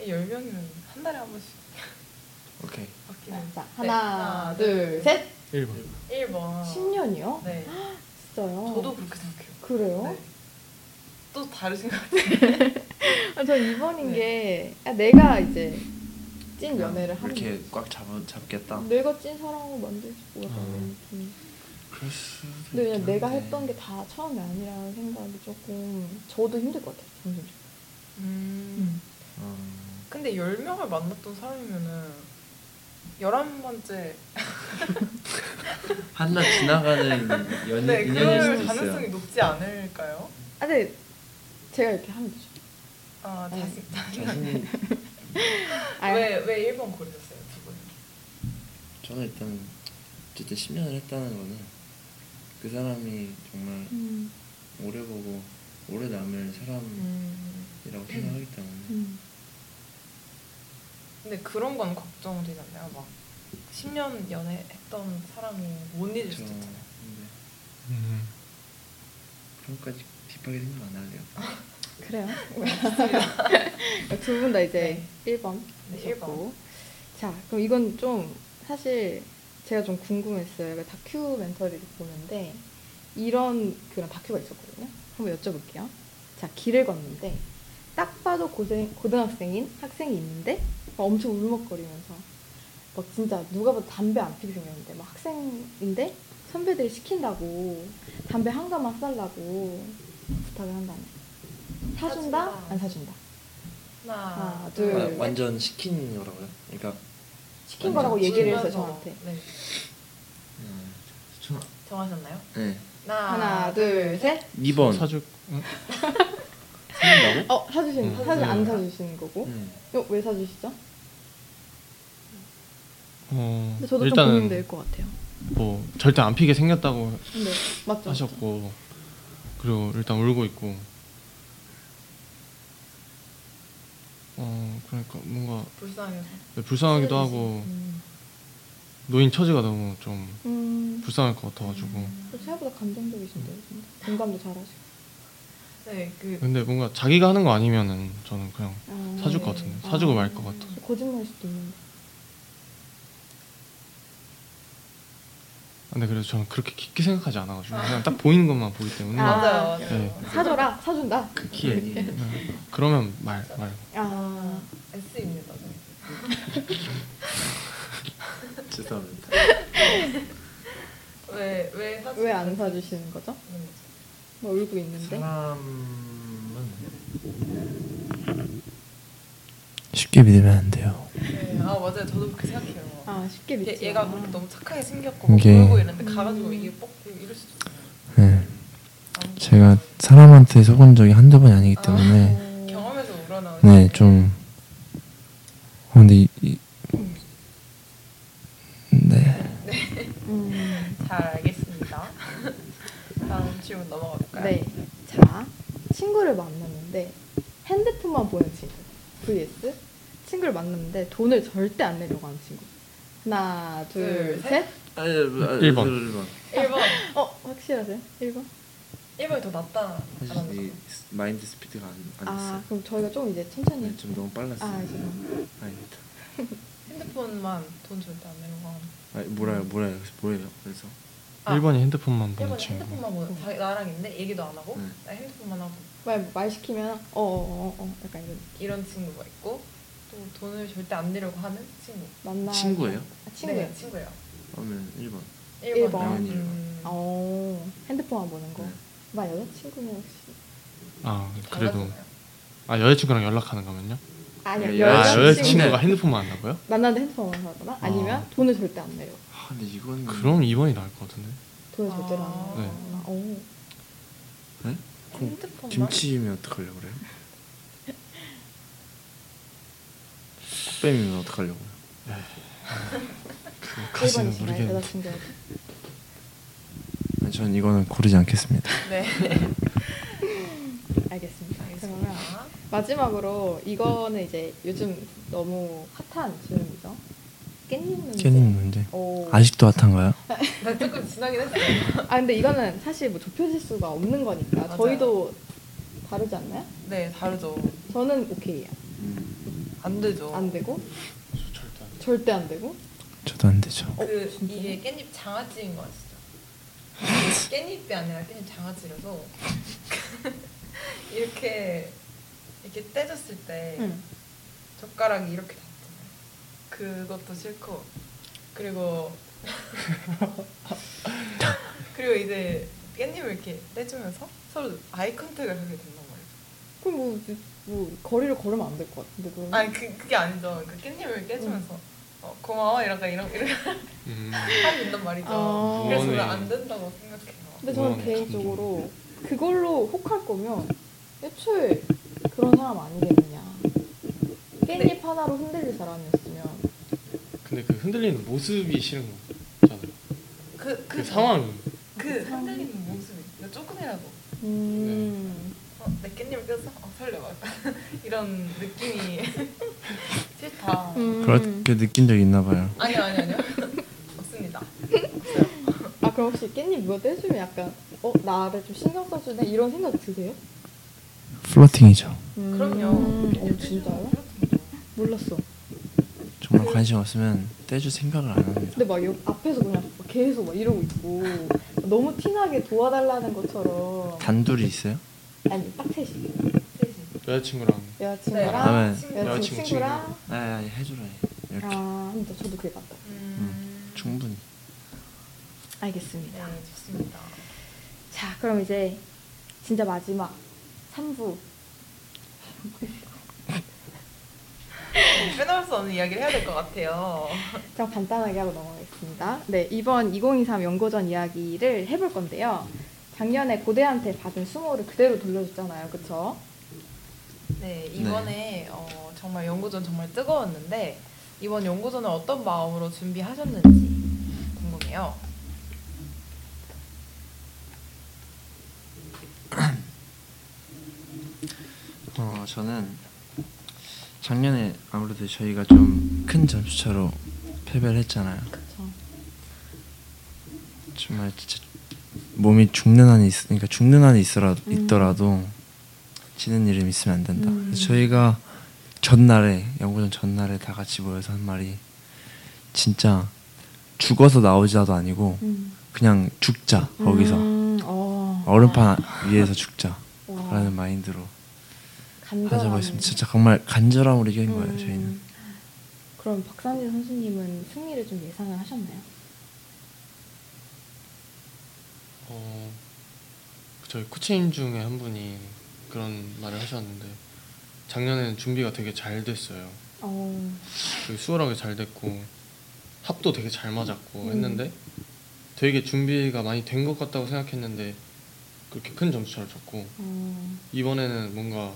A: 10명이면 한 달에 한 번씩
C: 오케이
A: 바뀌는.
B: 자,
A: 네.
B: 하나, 둘, 셋.
D: 1번
A: 1번.
B: 10년이요?
A: 어. 네.
B: 진짜요?
A: 저도 그렇게 생각해요.
B: 그래요?
A: 네. 또 다르신 것 같아요.
B: 아, 전 2번인
A: 네.
B: 게 아, 내가 이제 찐 연애를 하는 음.
C: 이렇게 꽉 잡, 잡겠다
B: 거지. 내가 찐 사랑으로 만들지 뭐라
D: 음.
B: 그런 느낌.
C: 어. 그럴 수도
B: 근데
C: 있긴
B: 그냥 내가
C: 한데.
B: 했던 게 다 처음이 아니라는 생각이 조금 저도 힘들 것 같아요. 점점.
A: 음.
C: 음,
A: 근데 10명을 만났던 사람이면은 11번째
C: 한낮
B: [laughs]
C: 지나가는 연,
A: 네,
C: 인연일
A: 그럴
C: 수도
A: 가능성이
C: 있어요
A: 높지 않을까요?
B: 아, 근데 제가 이렇게 하면 되죠.
A: 아,
B: 네.
A: 자신 자신.
C: 자신이
B: 아,
A: 왜왜 1번 고르셨어요, 두 분?
C: 저는 일단 어쨌든 10년을 했다는 거는 그 사람이 정말
B: 음,
C: 오래 보고 오래 남을 사람이라고
A: 음.
C: 생각하기 때문에
B: 음.
A: 근데 그런 건 걱정되지 않나요? 막 10년 연애했던 사람이 못 잊을
C: 저
A: 수도 있잖아요.
C: 근데
D: 음.
C: 그런까지 딥하게 생각 안 할래요
B: 그래요. [laughs] 두 분 다 이제 1번
A: 네,
B: 하셨고. 자, 그럼 이건 좀 사실 제가 좀 궁금했어요. 그 다큐멘터리를 보는데 이런 그런 다큐가 있었거든요. 한번 여쭤볼게요. 자, 길을 걷는데 딱 봐도 고생, 고등학생인 학생이 있는데 막 엄청 울먹거리면서 막 진짜 누가 봐도 담배 안 피게 생겼는데 막 학생인데 선배들이 시킨다고 담배 한 가만 사달라고 부탁을 한다네. 사준다?
A: 사준다.
B: 안 사준다.
A: 하나,
B: 하나,
A: 둘,
B: 둘.
C: 와-
A: 셋.
C: 완전 시킨 거라고요? 그러니까
B: 시킨 거라고 얘기를 했어요
A: 주면서,
B: 저한테.
A: 네.
C: 음, 저-
A: 정하셨나요?
C: 네
A: 하나,
B: 하나, 둘, 셋.
C: 2번 네.
D: 사주 응?
C: 사준다고?
B: 어, 사주시는,
D: 음,
B: 사진 안
D: 음.
B: 사주시는 거고.
C: 음.
B: 이거 왜 사주시죠?
D: 어,
B: 근데 저도 좀
D: 일단은
B: 고민될 것 같아요.
D: 뭐 절대 안 피게 생겼다고
B: 네, 맞죠. 맞죠.
D: 하셨고 그리고 일단 울고 있고 어 그러니까 뭔가
A: 불쌍해서.
D: 불쌍하기도 하고
A: 음.
D: 노인 처지가 너무 좀
B: 음,
D: 불쌍할 것 같아가지고
B: 생각보다 감정적이신데요, 진짜. 공감도 잘하시고.
A: 네, 그
D: 근데 뭔가 자기가 하는 거 아니면은 저는 그냥
B: 아,
D: 사줄 것 같은데 사주고 말 것 같아
B: 거짓말일 수도 있는데.
D: 근데 아, 네, 그래도 저는 그렇게 깊게 생각하지 않아가지고 그냥 딱 보이는 것만 보기 때문에
B: 아.
A: 맞아요. 맞아요.
D: 네.
B: 사줘라, 사준다.
C: 그 네. 극히
D: 그러면 말 말.
B: 아,
A: S입니다. 네. 저는.
C: [laughs] 죄송합니다
A: 왜, 왜 사주?
B: 왜 안 사주시는 거죠? 뭐 울고 있는데.
A: 아.
C: 사람은 쉽게 믿으면 안 돼요
A: 네, 아 맞아요. 저도 그렇게 생각해요.
B: 아, 쉽게
A: 얘,
B: 믿지.
A: 얘가
B: 않아.
A: 그렇게 너무 착하게 생겼고 막
C: 이게-
A: 보이고 이랬는데 가가지고 이게 뻑 이럴 수도 있어요.
C: 네.
A: 안 보고.
C: 제가 사람한테 속은 적이 한두 번이 아니기 때문에
B: 음.
A: 경험에서 우러나오는
C: 네, 좀. 어, 근데 이, 이 네.
B: 음,
A: 잘 알겠습니다. [laughs] 다음 질문 넘어가 볼까요?
B: 네. 자, 친구를 만났는데 핸드폰만 보는 친구. vs 친구를 만났는데 돈을 절대 안 내려고 하는 친구. 하나, 둘,
A: 둘,
B: 셋.
C: 아니,
D: 일 번.
C: 1번.
A: 1번.
B: 어, 확실하세요? 1번?
A: 1번이 더 낫다.
C: 사실 이 마인드 스피드가 안, 안
B: 아,
C: 됐어요.
B: 그럼 저희가 좀 이제 천천히.
C: 네, 좀 너무 빨랐어요.
B: 아,
C: 아,
B: 지금.
C: 아닙니다.
A: 핸드폰만 돈 절대 안 내는 거.
C: 아, 뭐라요, 뭐라요, 뭐예요? 그래서
A: 아.
D: 1번이 핸드폰만 보는
A: 1번은
D: 친구
A: 핸드폰만 보는 자, 나랑 있는데 얘기도 안 하고
C: 네.
A: 나 핸드폰만 하고
B: 말, 말 시키면, 어, 어, 어, 어, 약간 이런.
A: 이런 친구가 있고 또 돈을 절대 안 내려고 하는 친구.
B: 만나.
C: 친구예요?
B: 아, 친구예요.
A: 네, 친구예요. 음.
C: 그러면 1번.
A: 1번.
B: 번.
C: 당연히
B: 어, 핸드폰만 보는 거.
C: 네.
B: 막 여자친구는 혹시.
D: 아 그래도 아 여자친구랑 연락하는 거면요?
B: 아니,
C: 네,
D: 아
C: 여자친구.
D: 여자친구가 핸드폰만 한다고요?
B: 만나는데 핸드폰만 하거나 아니면
D: 아.
B: 돈을 절대 안 내요.
C: 아, 근데 이건
D: 그럼 2번이 나을 것 같은데
B: 돈을 절대로
A: 아.
B: 안
D: 네.
B: 내요. 오.
C: 그럼
A: 핸드폰만
C: 김치면 어떡하려고 그래요? 빼면 어떡하려고요?
D: 그것까지는
B: 1번이신가요?
D: 모르겠는데
B: 여자친구.
C: 아니, 전 이거는 고르지 않겠습니다.
A: 네. [laughs]
B: 알겠습니다. 그러면
A: 알겠습니다.
B: 마지막으로 이거는 이제 요즘 너무 핫한 질문이죠. 깻잎 문제.
C: 깻잎 문제.
B: 오.
C: 아직도 핫한가요?
A: 나 조금 지나긴 했어요.
B: 아 근데 이거는 사실 뭐 좁혀질 수가 없는 거니까
A: 맞아요.
B: 저희도 다르지 않나요?
A: 네, 다르죠.
B: 저는 오케이예요.
A: 안 되죠.
B: 안 되고
D: 절대 안
B: 절대 안 되고
C: 저도 안 되죠.
A: 그
B: 어, 진짜요?
A: 이게 깻잎 장아찌인 거 아시죠?
B: [laughs]
A: 깻잎이 아니라 깻잎 장아찌라서 [laughs] 이렇게 이렇게 떼줬을 때
B: 응.
A: 젓가락이 이렇게 닿잖아요. 그것도 싫고 그리고 [laughs] 그리고 이제 깻잎을 이렇게 떼주면서 서로 아이 컨택을 하게 된단 말이죠.
B: 그럼 뭐, 뭐 거리를 걸으면 안 될 것 같은데 그럼
A: 아니 그 그게 아니죠. 그 깻잎을 떼주면서 어, 고마워 이런 이런 이런 [laughs]
D: 음,
A: 하고 있단 말이죠.
B: 아.
A: 그래서
D: 우원해.
A: 저는 안 된다고 생각해요.
B: 근데 저는
D: 우와,
B: 개인적으로 그걸로 혹할 거면 애초에 그런 사람 아니겠느냐 깻잎
A: 네.
B: 하나로 흔들릴 사람이었으면
D: 근데 그 흔들리는 모습이 싫은 거잖아요
A: 그,
D: 그 상황이
A: 그 흔들리는 모습이 그러니까 조금이라도
B: 음
A: 어, 내 깻잎을 껴서 어, 설레 막 [laughs] 이런 느낌이 [laughs] 싫다.
B: 음.
C: 그렇게 느낀 적이 있나 봐요.
A: 아니요 아니요 [laughs] 아니요 없습니다.
B: 아 그럼 혹시 깻잎 누가 떼주면 약간 어 나를 좀 신경 써주네 이런 생각 드세요?
C: 플러팅이죠.
A: 그럼요.
B: 음. 어 그렇죠. 진짜요? 몰랐어.
C: 정말 관심 없으면 떼줄 생각을 안 합니다.
B: 근데 막 옆, 앞에서 그냥 막 계속 막 이러고 있고 너무 티나게 도와달라는 것처럼
C: 단둘이 있어요?
B: 아니 딱 셋이
D: 여자친구랑
B: 여자친구랑
C: 다음에
B: 여자친구
D: 여자친구
B: 친구랑
C: 아니 아니 해주라 해. 이렇게
B: 아 근데 저도 그게 맞다.
D: 음.
C: 충분히.
B: 알겠습니다.
A: 음. 네 좋습니다.
B: 자 그럼 이제 진짜 마지막 3부
A: 빼놓을 수 없는 이야기를 해야 될 것 같아요.
B: 좀 간단하게 하고 넘어가겠습니다. 네, 이번 2023 연고전 이야기를 해볼 건데요. 작년에 고대한테 받은 수모를 그대로 돌려줬잖아요. 그쵸?
A: 네, 이번에 어, 정말 연구전 정말 뜨거웠는데 이번 연구전을 어떤 마음으로 준비하셨는지 궁금해요.
C: 어, 저는 작년에 아무래도 저희가 좀 큰 점수차로 패배를 했잖아요.
B: 그쵸.
C: 정말 진짜 몸이 죽는 한이 있, 그러니까 죽는 한이 있어라
B: 음.
C: 있더라도 지는 일은 있으면 안 된다. 그래서 저희가 전날에 연구전 전날에 다 같이 모여서 한 말이 진짜 죽어서 나오자도 아니고 그냥 죽자 거기서
B: 음, 어,
C: 얼음판 위에서 죽자라는
B: 와.
C: 마인드로 하자고
B: 간절함.
C: 했습니다. 진짜 정말 간절함으로 이긴 거예요 저희는.
B: 음. 그럼 박상진 선수님은 승리를 좀 예상을 하셨나요?
D: 어, 저희 코치님 중에 한 분이 그런 말을 하셨는데 작년에는 준비가 되게 잘 됐어요.
B: 어,
D: 되게 그 수월하게 잘 됐고 합도 되게 잘 맞았고
B: 음.
D: 했는데 되게 준비가 많이 된 것 같다고 생각했는데 그렇게 큰 점수차를 줬고
B: 어,
D: 이번에는 뭔가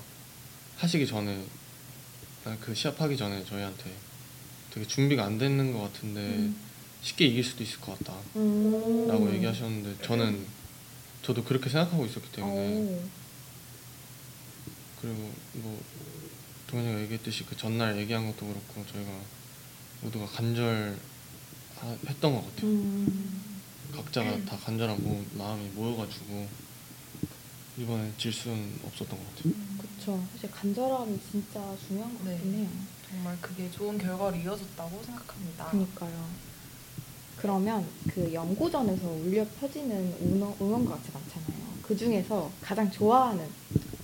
D: 하시기 전에 아, 그 시합하기 전에 저희한테 되게 준비가 안 되는 것 같은데 쉽게 이길 수도 있을 것 같다
B: 음.
D: 네. 라고 얘기하셨는데 저는 저도 그렇게 생각하고 있었기 때문에
B: 어,
D: 그리고 뭐 동현이가 얘기했듯이 그 전날 얘기한 것도 그렇고 저희가 모두가 간절했던 것 같아요
B: 음.
D: 각자가 다 간절한 모- 마음이 모여가지고 이번에 질 수는 없었던 것 같아요
B: 음. 그쵸. 사실 간절함이 진짜 중요한 것
A: 네.
B: 같긴 해요.
A: 정말 그게 좋은 결과로 이어졌다고 생각합니다.
B: 그니까요. 그러면 그 연고전에서 울려 퍼지는 응원, 응원가 같이 많잖아요. 그 중에서 가장 좋아하는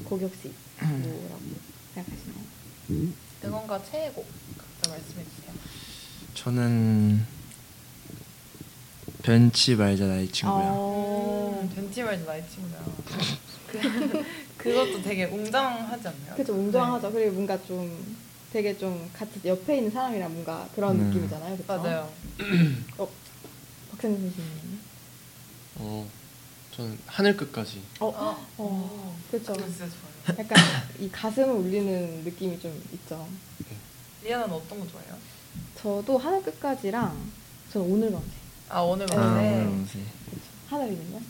B: 곡이 혹시
C: 음.
B: 뭐라고 생각하시나요?
A: 응원가 최애곡 각자 말씀해 주세요.
C: 저는 변치 말자 나의 친구야.
B: 어,
A: 음, 변치 말자 나의 친구야. [laughs] 그- 그것도 되게 웅장하지 않나요?
B: 그쵸,
A: 네.
B: 웅장하죠. 그리고 뭔가 좀 되게 좀 같이 옆에 있는 사람이랑 뭔가 그런
C: 음.
B: 느낌이잖아요. 그쵸?
A: 맞아요.
B: 박선생 선생님.
D: 어, 저는 하늘 끝까지
B: 어,
A: 어,
B: 어. 그쵸.
A: 그거 진짜 좋아요.
B: 약간 이 가슴을 울리는 느낌이 좀 있죠.
A: 리아는 어떤 거 좋아해요?
B: 저도 하늘 끝까지랑 저는 오늘 밤새.
A: 아 오늘
B: 아,
C: 아,
A: 봤는데
C: 오늘 오세요.
B: 그쵸. 하늘이면요?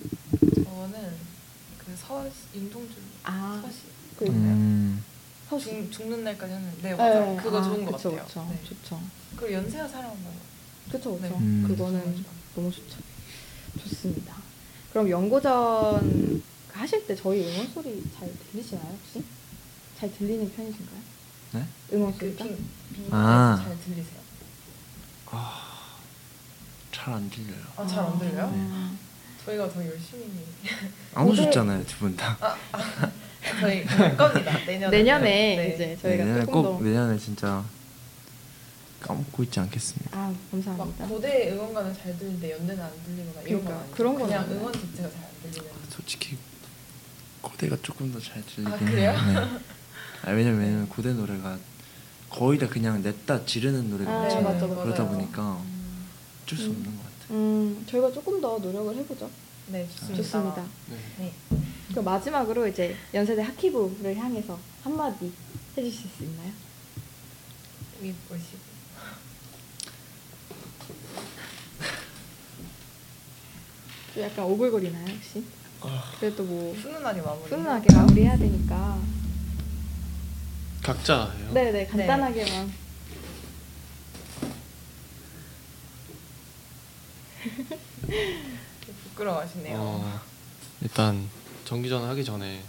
A: 저는 그 서시 인동주
B: 아,
A: 서시
B: 그
C: 음,
B: 서시.
A: 죽, 죽는 날까지 하는 네 맞아 요
B: 네,
A: 그거
B: 아,
A: 좋은 것
B: 그쵸,
A: 같아요.
B: 그쵸,
A: 네.
B: 좋죠.
A: 그리고 연세와 사랑하는
B: 그쵸, 그쵸.
A: 네.
C: 음.
B: 그거는 너무 좋죠. 좋습니다. 그럼 연고전 하실 때 저희 응원 소리 잘 들리시나요, 혹시? 잘 들리는 편이신가요?
C: 네?
B: 응원 소리가?
A: 그빙
C: 아.
A: 잘 들리세요?
C: 잘 안 들려요.
A: 아, 잘 안 들려요?
C: 네.
B: 아,
A: 저희가 더 열심히 [laughs]
C: 안 오셨잖아요 두 분 다.
A: 저희 갈 겁니다 내년에
B: 내년에
A: 네.
B: 이제 저희가
C: 내년에
B: 조금
C: 꼭 네.
B: 더.
C: 내년에 진짜 까먹고 있지 않겠습니다.
B: 아,
A: 막
B: 감사합니다.
A: 고대 응원가는 잘 들리는데 연대는 안 들리거나 이런
B: 그러니까요.
A: 건 아니에요.
B: 그런 건
A: 그냥
B: 아니에요.
A: 응원 자체가 잘 안 들리는
C: 솔직히 고대가 조금 더 잘 들리긴
A: 아, 그래요?
C: 해요.
B: [laughs]
C: 네. 아, 왜냐면 왜냐면 고대 노래가 거의 다 그냥 냈다 지르는 노래가
B: 아,
C: 많잖아요.
B: 맞죠, 맞죠.
C: 그러다
B: 맞아요.
C: 보니까
A: 음,
C: 어쩔 수
B: 음.
C: 없는 것 같아요.
B: 음, 저희가 조금 더 노력을 해보죠.
A: 네 좋습니다.
B: 아, 좋습니다.
D: 네.
A: 네.
B: 그럼 마지막으로 이제 연세대 학기부를 향해서 한마디 해주실 수 있나요?
A: 여기 보시고
B: 좀 약간 오글거리나요 혹시?
C: 아.
B: 그래도 뭐
A: 훈훈하게 마무리.
B: 훈훈하게 마무리해야 되니까
C: 아.
D: 각자 해요?
B: 네네 간단하게만
A: 부끄러워하시네요.
D: 어, 일단 정기전 하기 전에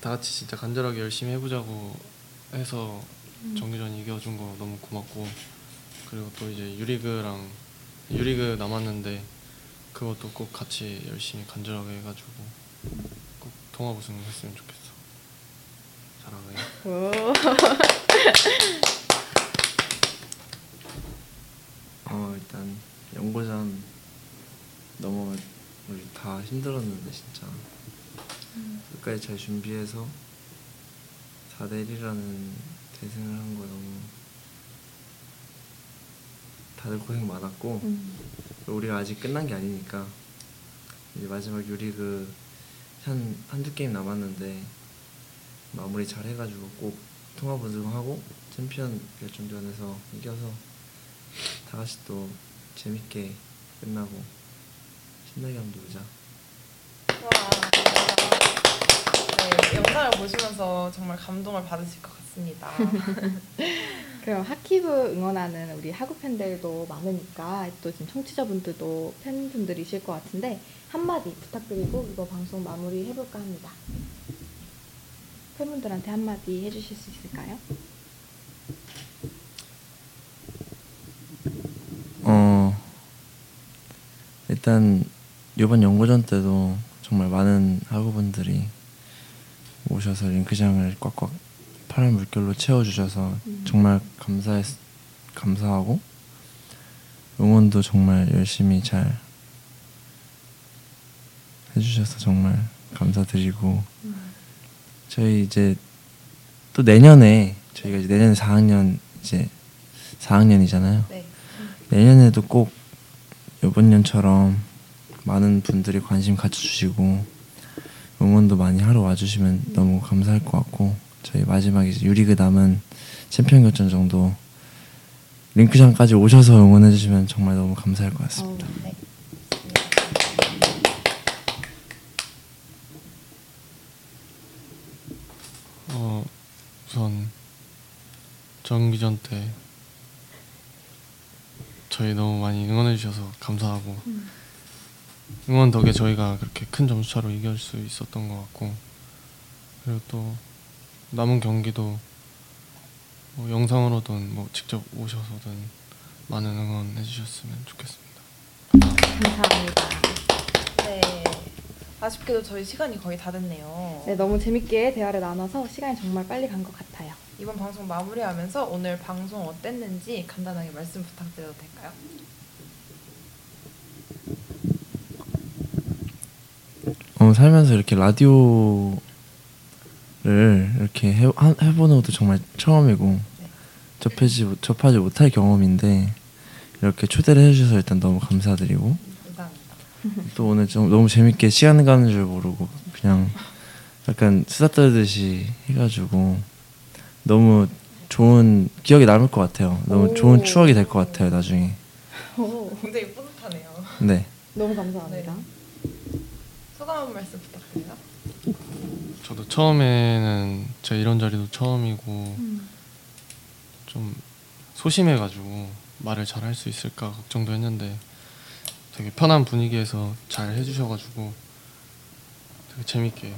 D: 다 같이 진짜 간절하게 열심히 해보자고 해서
A: 음.
D: 정기전 이겨준 거 너무 고맙고 그리고 또 이제 유리그랑 유리그 남았는데 그것도 꼭 같이 열심히 간절하게 해가지고 꼭 통합 우승을 했으면 좋겠어 사랑해
B: 오.
C: 어 일단 연고전 너무 우리 다 힘들었는데 진짜 끝까지 잘 준비해서 4대 1이라는 대승을 한 거 너무 다들 고생 많았고
B: 음.
C: 우리가 아직 끝난 게 아니니까 이제 마지막 유리그 한 한두 게임 남았는데 마무리 잘 해가지고 꼭 통화 우승하고 챔피언 결정전에서 이겨서 다 같이 또 재밌게 끝나고 신나게 한번 놀자.
A: 와, 감사합니다. 네, 영상을 보시면서 정말 감동을 받으실 것
B: [laughs]
A: 같습니다.
B: 그럼 하키브 응원하는 우리 하구 팬들도 많으니까 또 지금 청취자분들도 팬분들이실 것 같은데 한마디 부탁드리고 이거 방송 마무리 해볼까 합니다. 팬분들한테 한마디 해주실 수 있을까요?
C: 어 일단 이번 연고전 때도 정말 많은 학우분들이 오셔서 링크장을 꽉꽉 파란 물결로 채워주셔서 정말 감사했 감사하고 응원도 정말 열심히 잘 해주셔서 정말 감사드리고 저희 이제 또 내년에 저희가 이제 내년 4학년 이제 4학년이잖아요.
A: 네.
C: 내년에도 꼭 이번 년처럼 많은 분들이 관심 가져주시고 응원도 많이 하러 와주시면 너무 감사할 것 같고 저희 마지막 이제 유리그 남은 챔피언 결전 정도 링크장까지 오셔서 응원해주시면 정말 너무 감사할 것 같습니다.
B: 어, 네.
D: 어 우선 정기전 때 저희 너무 많이 응원해 주셔서 감사하고 응원 덕에 저희가 그렇게 큰 점수차로 이길 수 있었던 것 같고 그리고 또 남은 경기도 뭐 영상으로든 뭐 직접 오셔서든 많은 응원해 주셨으면 좋겠습니다.
B: 네, 감사합니다.
A: 네. 아쉽게도 저희 시간이 거의 다 됐네요.
B: 네, 너무 재밌게 대화를 나눠서 시간이 정말 빨리 간 것 같아요. [laughs]
A: 이번 방송 마무리하면서 오늘 방송 어땠는지 간단하게 말씀 부탁드려도 될까요?
C: 어, 살면서 이렇게 라디오를 이렇게 해, 하- 해보는 것도 정말 처음이고 접하지, 못- 접하지 못할 경험인데 이렇게 초대를 해주셔서 일단 너무 감사드리고
A: 감사합니다.
C: 또 오늘 좀 너무 재밌게 시간 가는 줄 모르고 그냥 약간 수다 떨듯이 해가지고 너무 좋은 기억이 남을 것 같아요. 너무 좋은 추억이 될 것 같아요 나중에.
B: 오,
A: 굉장히 뿌듯하네요.
C: 네.
B: 너무 감사합니다.
A: 네. 소감 한 말씀 부탁드려요.
D: 저도 처음에는 제가 이런 자리도 처음이고
C: 네.
B: 음.
D: 좀 소심해가지고 말을 잘 할 수 있을까 걱정도 했는데 되게 편한 분위기에서 잘 해주셔가지고 되게 재밌게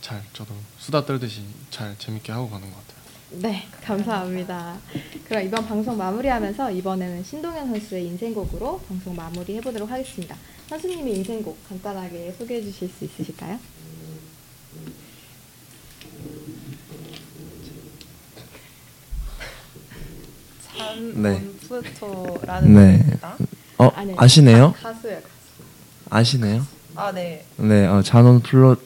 D: 잘 저도 수다 떨듯이 잘 재밌게 하고 가는 것 같아요.
B: 네, 감사합니다. 그럼 이번 방송 마무리하면서 이번에는 신동현 선수의 인생곡으로 방송 마무리 해보도록 하겠습니다. 선수님의 인생곡 간단하게 소개해 주실 수 있으실까요?
C: 네.
A: 잔온프토라는
C: 네.
A: 곡입니다.
C: 어
B: 아니요.
C: 아시네요?
B: 가수예요, 가수.
C: 아시네요?
A: 아 네.
C: 네. 어, 잔온 플루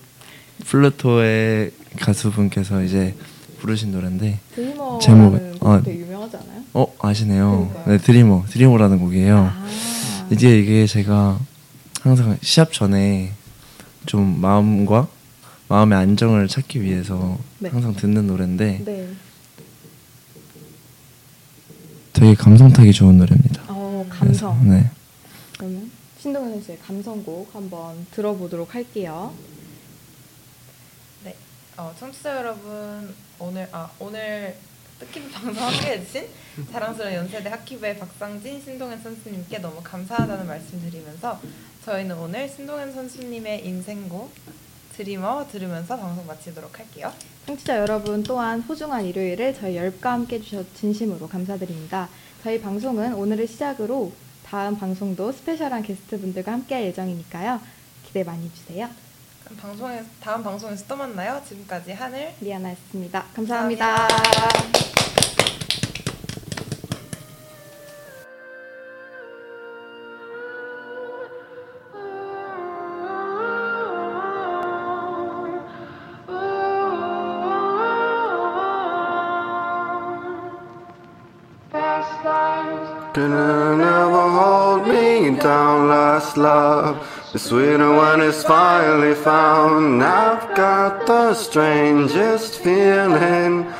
C: 플루토의 가수분께서 이제 부르신 노래인데
B: 드리머라는
C: 제목은-
B: 곡
C: 아.
B: 되게 유명하지 않아요?
C: 어 아시네요?
B: 그러니까요.
C: 네 드리머 드리머라는 곡이에요.
B: 아,
C: 이제 이게 제가 항상 시합 전에 좀 마음과 마음의 안정을 찾기 위해서
B: 네.
C: 항상 듣는 노래인데
B: 네.
C: 되게 감성 타기 좋은 노래입니다.
B: 어,
C: 그래서,
B: 감성.
C: 네.
B: 그러면 신동현 선수의 감성곡 한번 들어보도록 할게요.
A: 네. 어, 청취자 여러분 오늘 아 오늘 뜻깊은 [laughs] 방송 함께해 주신 자랑스러운 연세대 학기부의 박상진 신동현 선수님께 너무 감사하다는 말씀드리면서 저희는 오늘 신동현 선수님의 인생곡 드리머 들으면서 방송 마치도록 할게요.
B: 청취자 여러분 또한 소중한 일요일을 저희 열과 함께 해주셔서 진심으로 감사드립니다. 저희 방송은 오늘을 시작으로 다음 방송도 스페셜한 게스트분들과 함께할 예정이니까요. 기대 많이 해주세요.
A: 그럼 방송에 다음 방송에서 또 만나요. 지금까지 하늘
B: 리아나였습니다. 감사합니다.
A: 감사합니다.
G: Gonna never hold me down, last love.
F: The sweeter one is finally found. I've got the strangest feeling.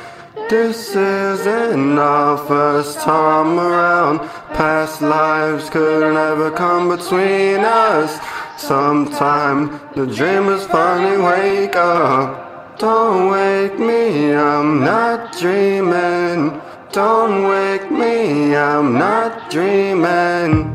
F: This isn't our first time around. Past lives could never come between us. Sometime the dreamers finally wake up. Don't wake me, I'm not dreaming. Don't wake me, I'm not dreaming.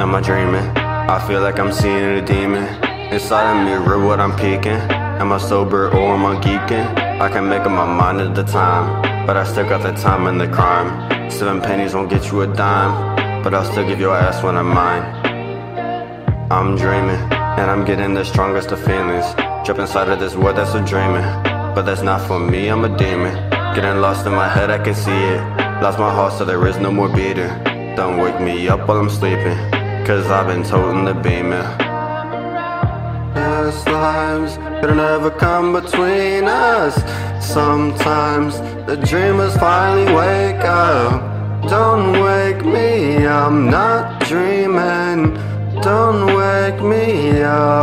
F: Am I dreaming? I feel like I'm seeing a demon. Inside a mirror, what I'm peeking. Am I sober or am I geeking? I can make up my mind at the time, but I still got the time and the crime. Seven pennies won't get you a dime, but I'll still give your ass one of mine. I'm dreaming, and I'm getting the strongest of feelings. Trapped inside of this world that's a dreaming, but that's not for me, I'm a demon. Getting lost in my head, I can see it. Lost my heart, so there is no more beating. Don't wake me up while I'm sleeping, cause I've been toting the beamer. Past lives could never come between us. Sometimes the dreamers finally wake up. Don't wake me, I'm not dreaming. Don't wake me up.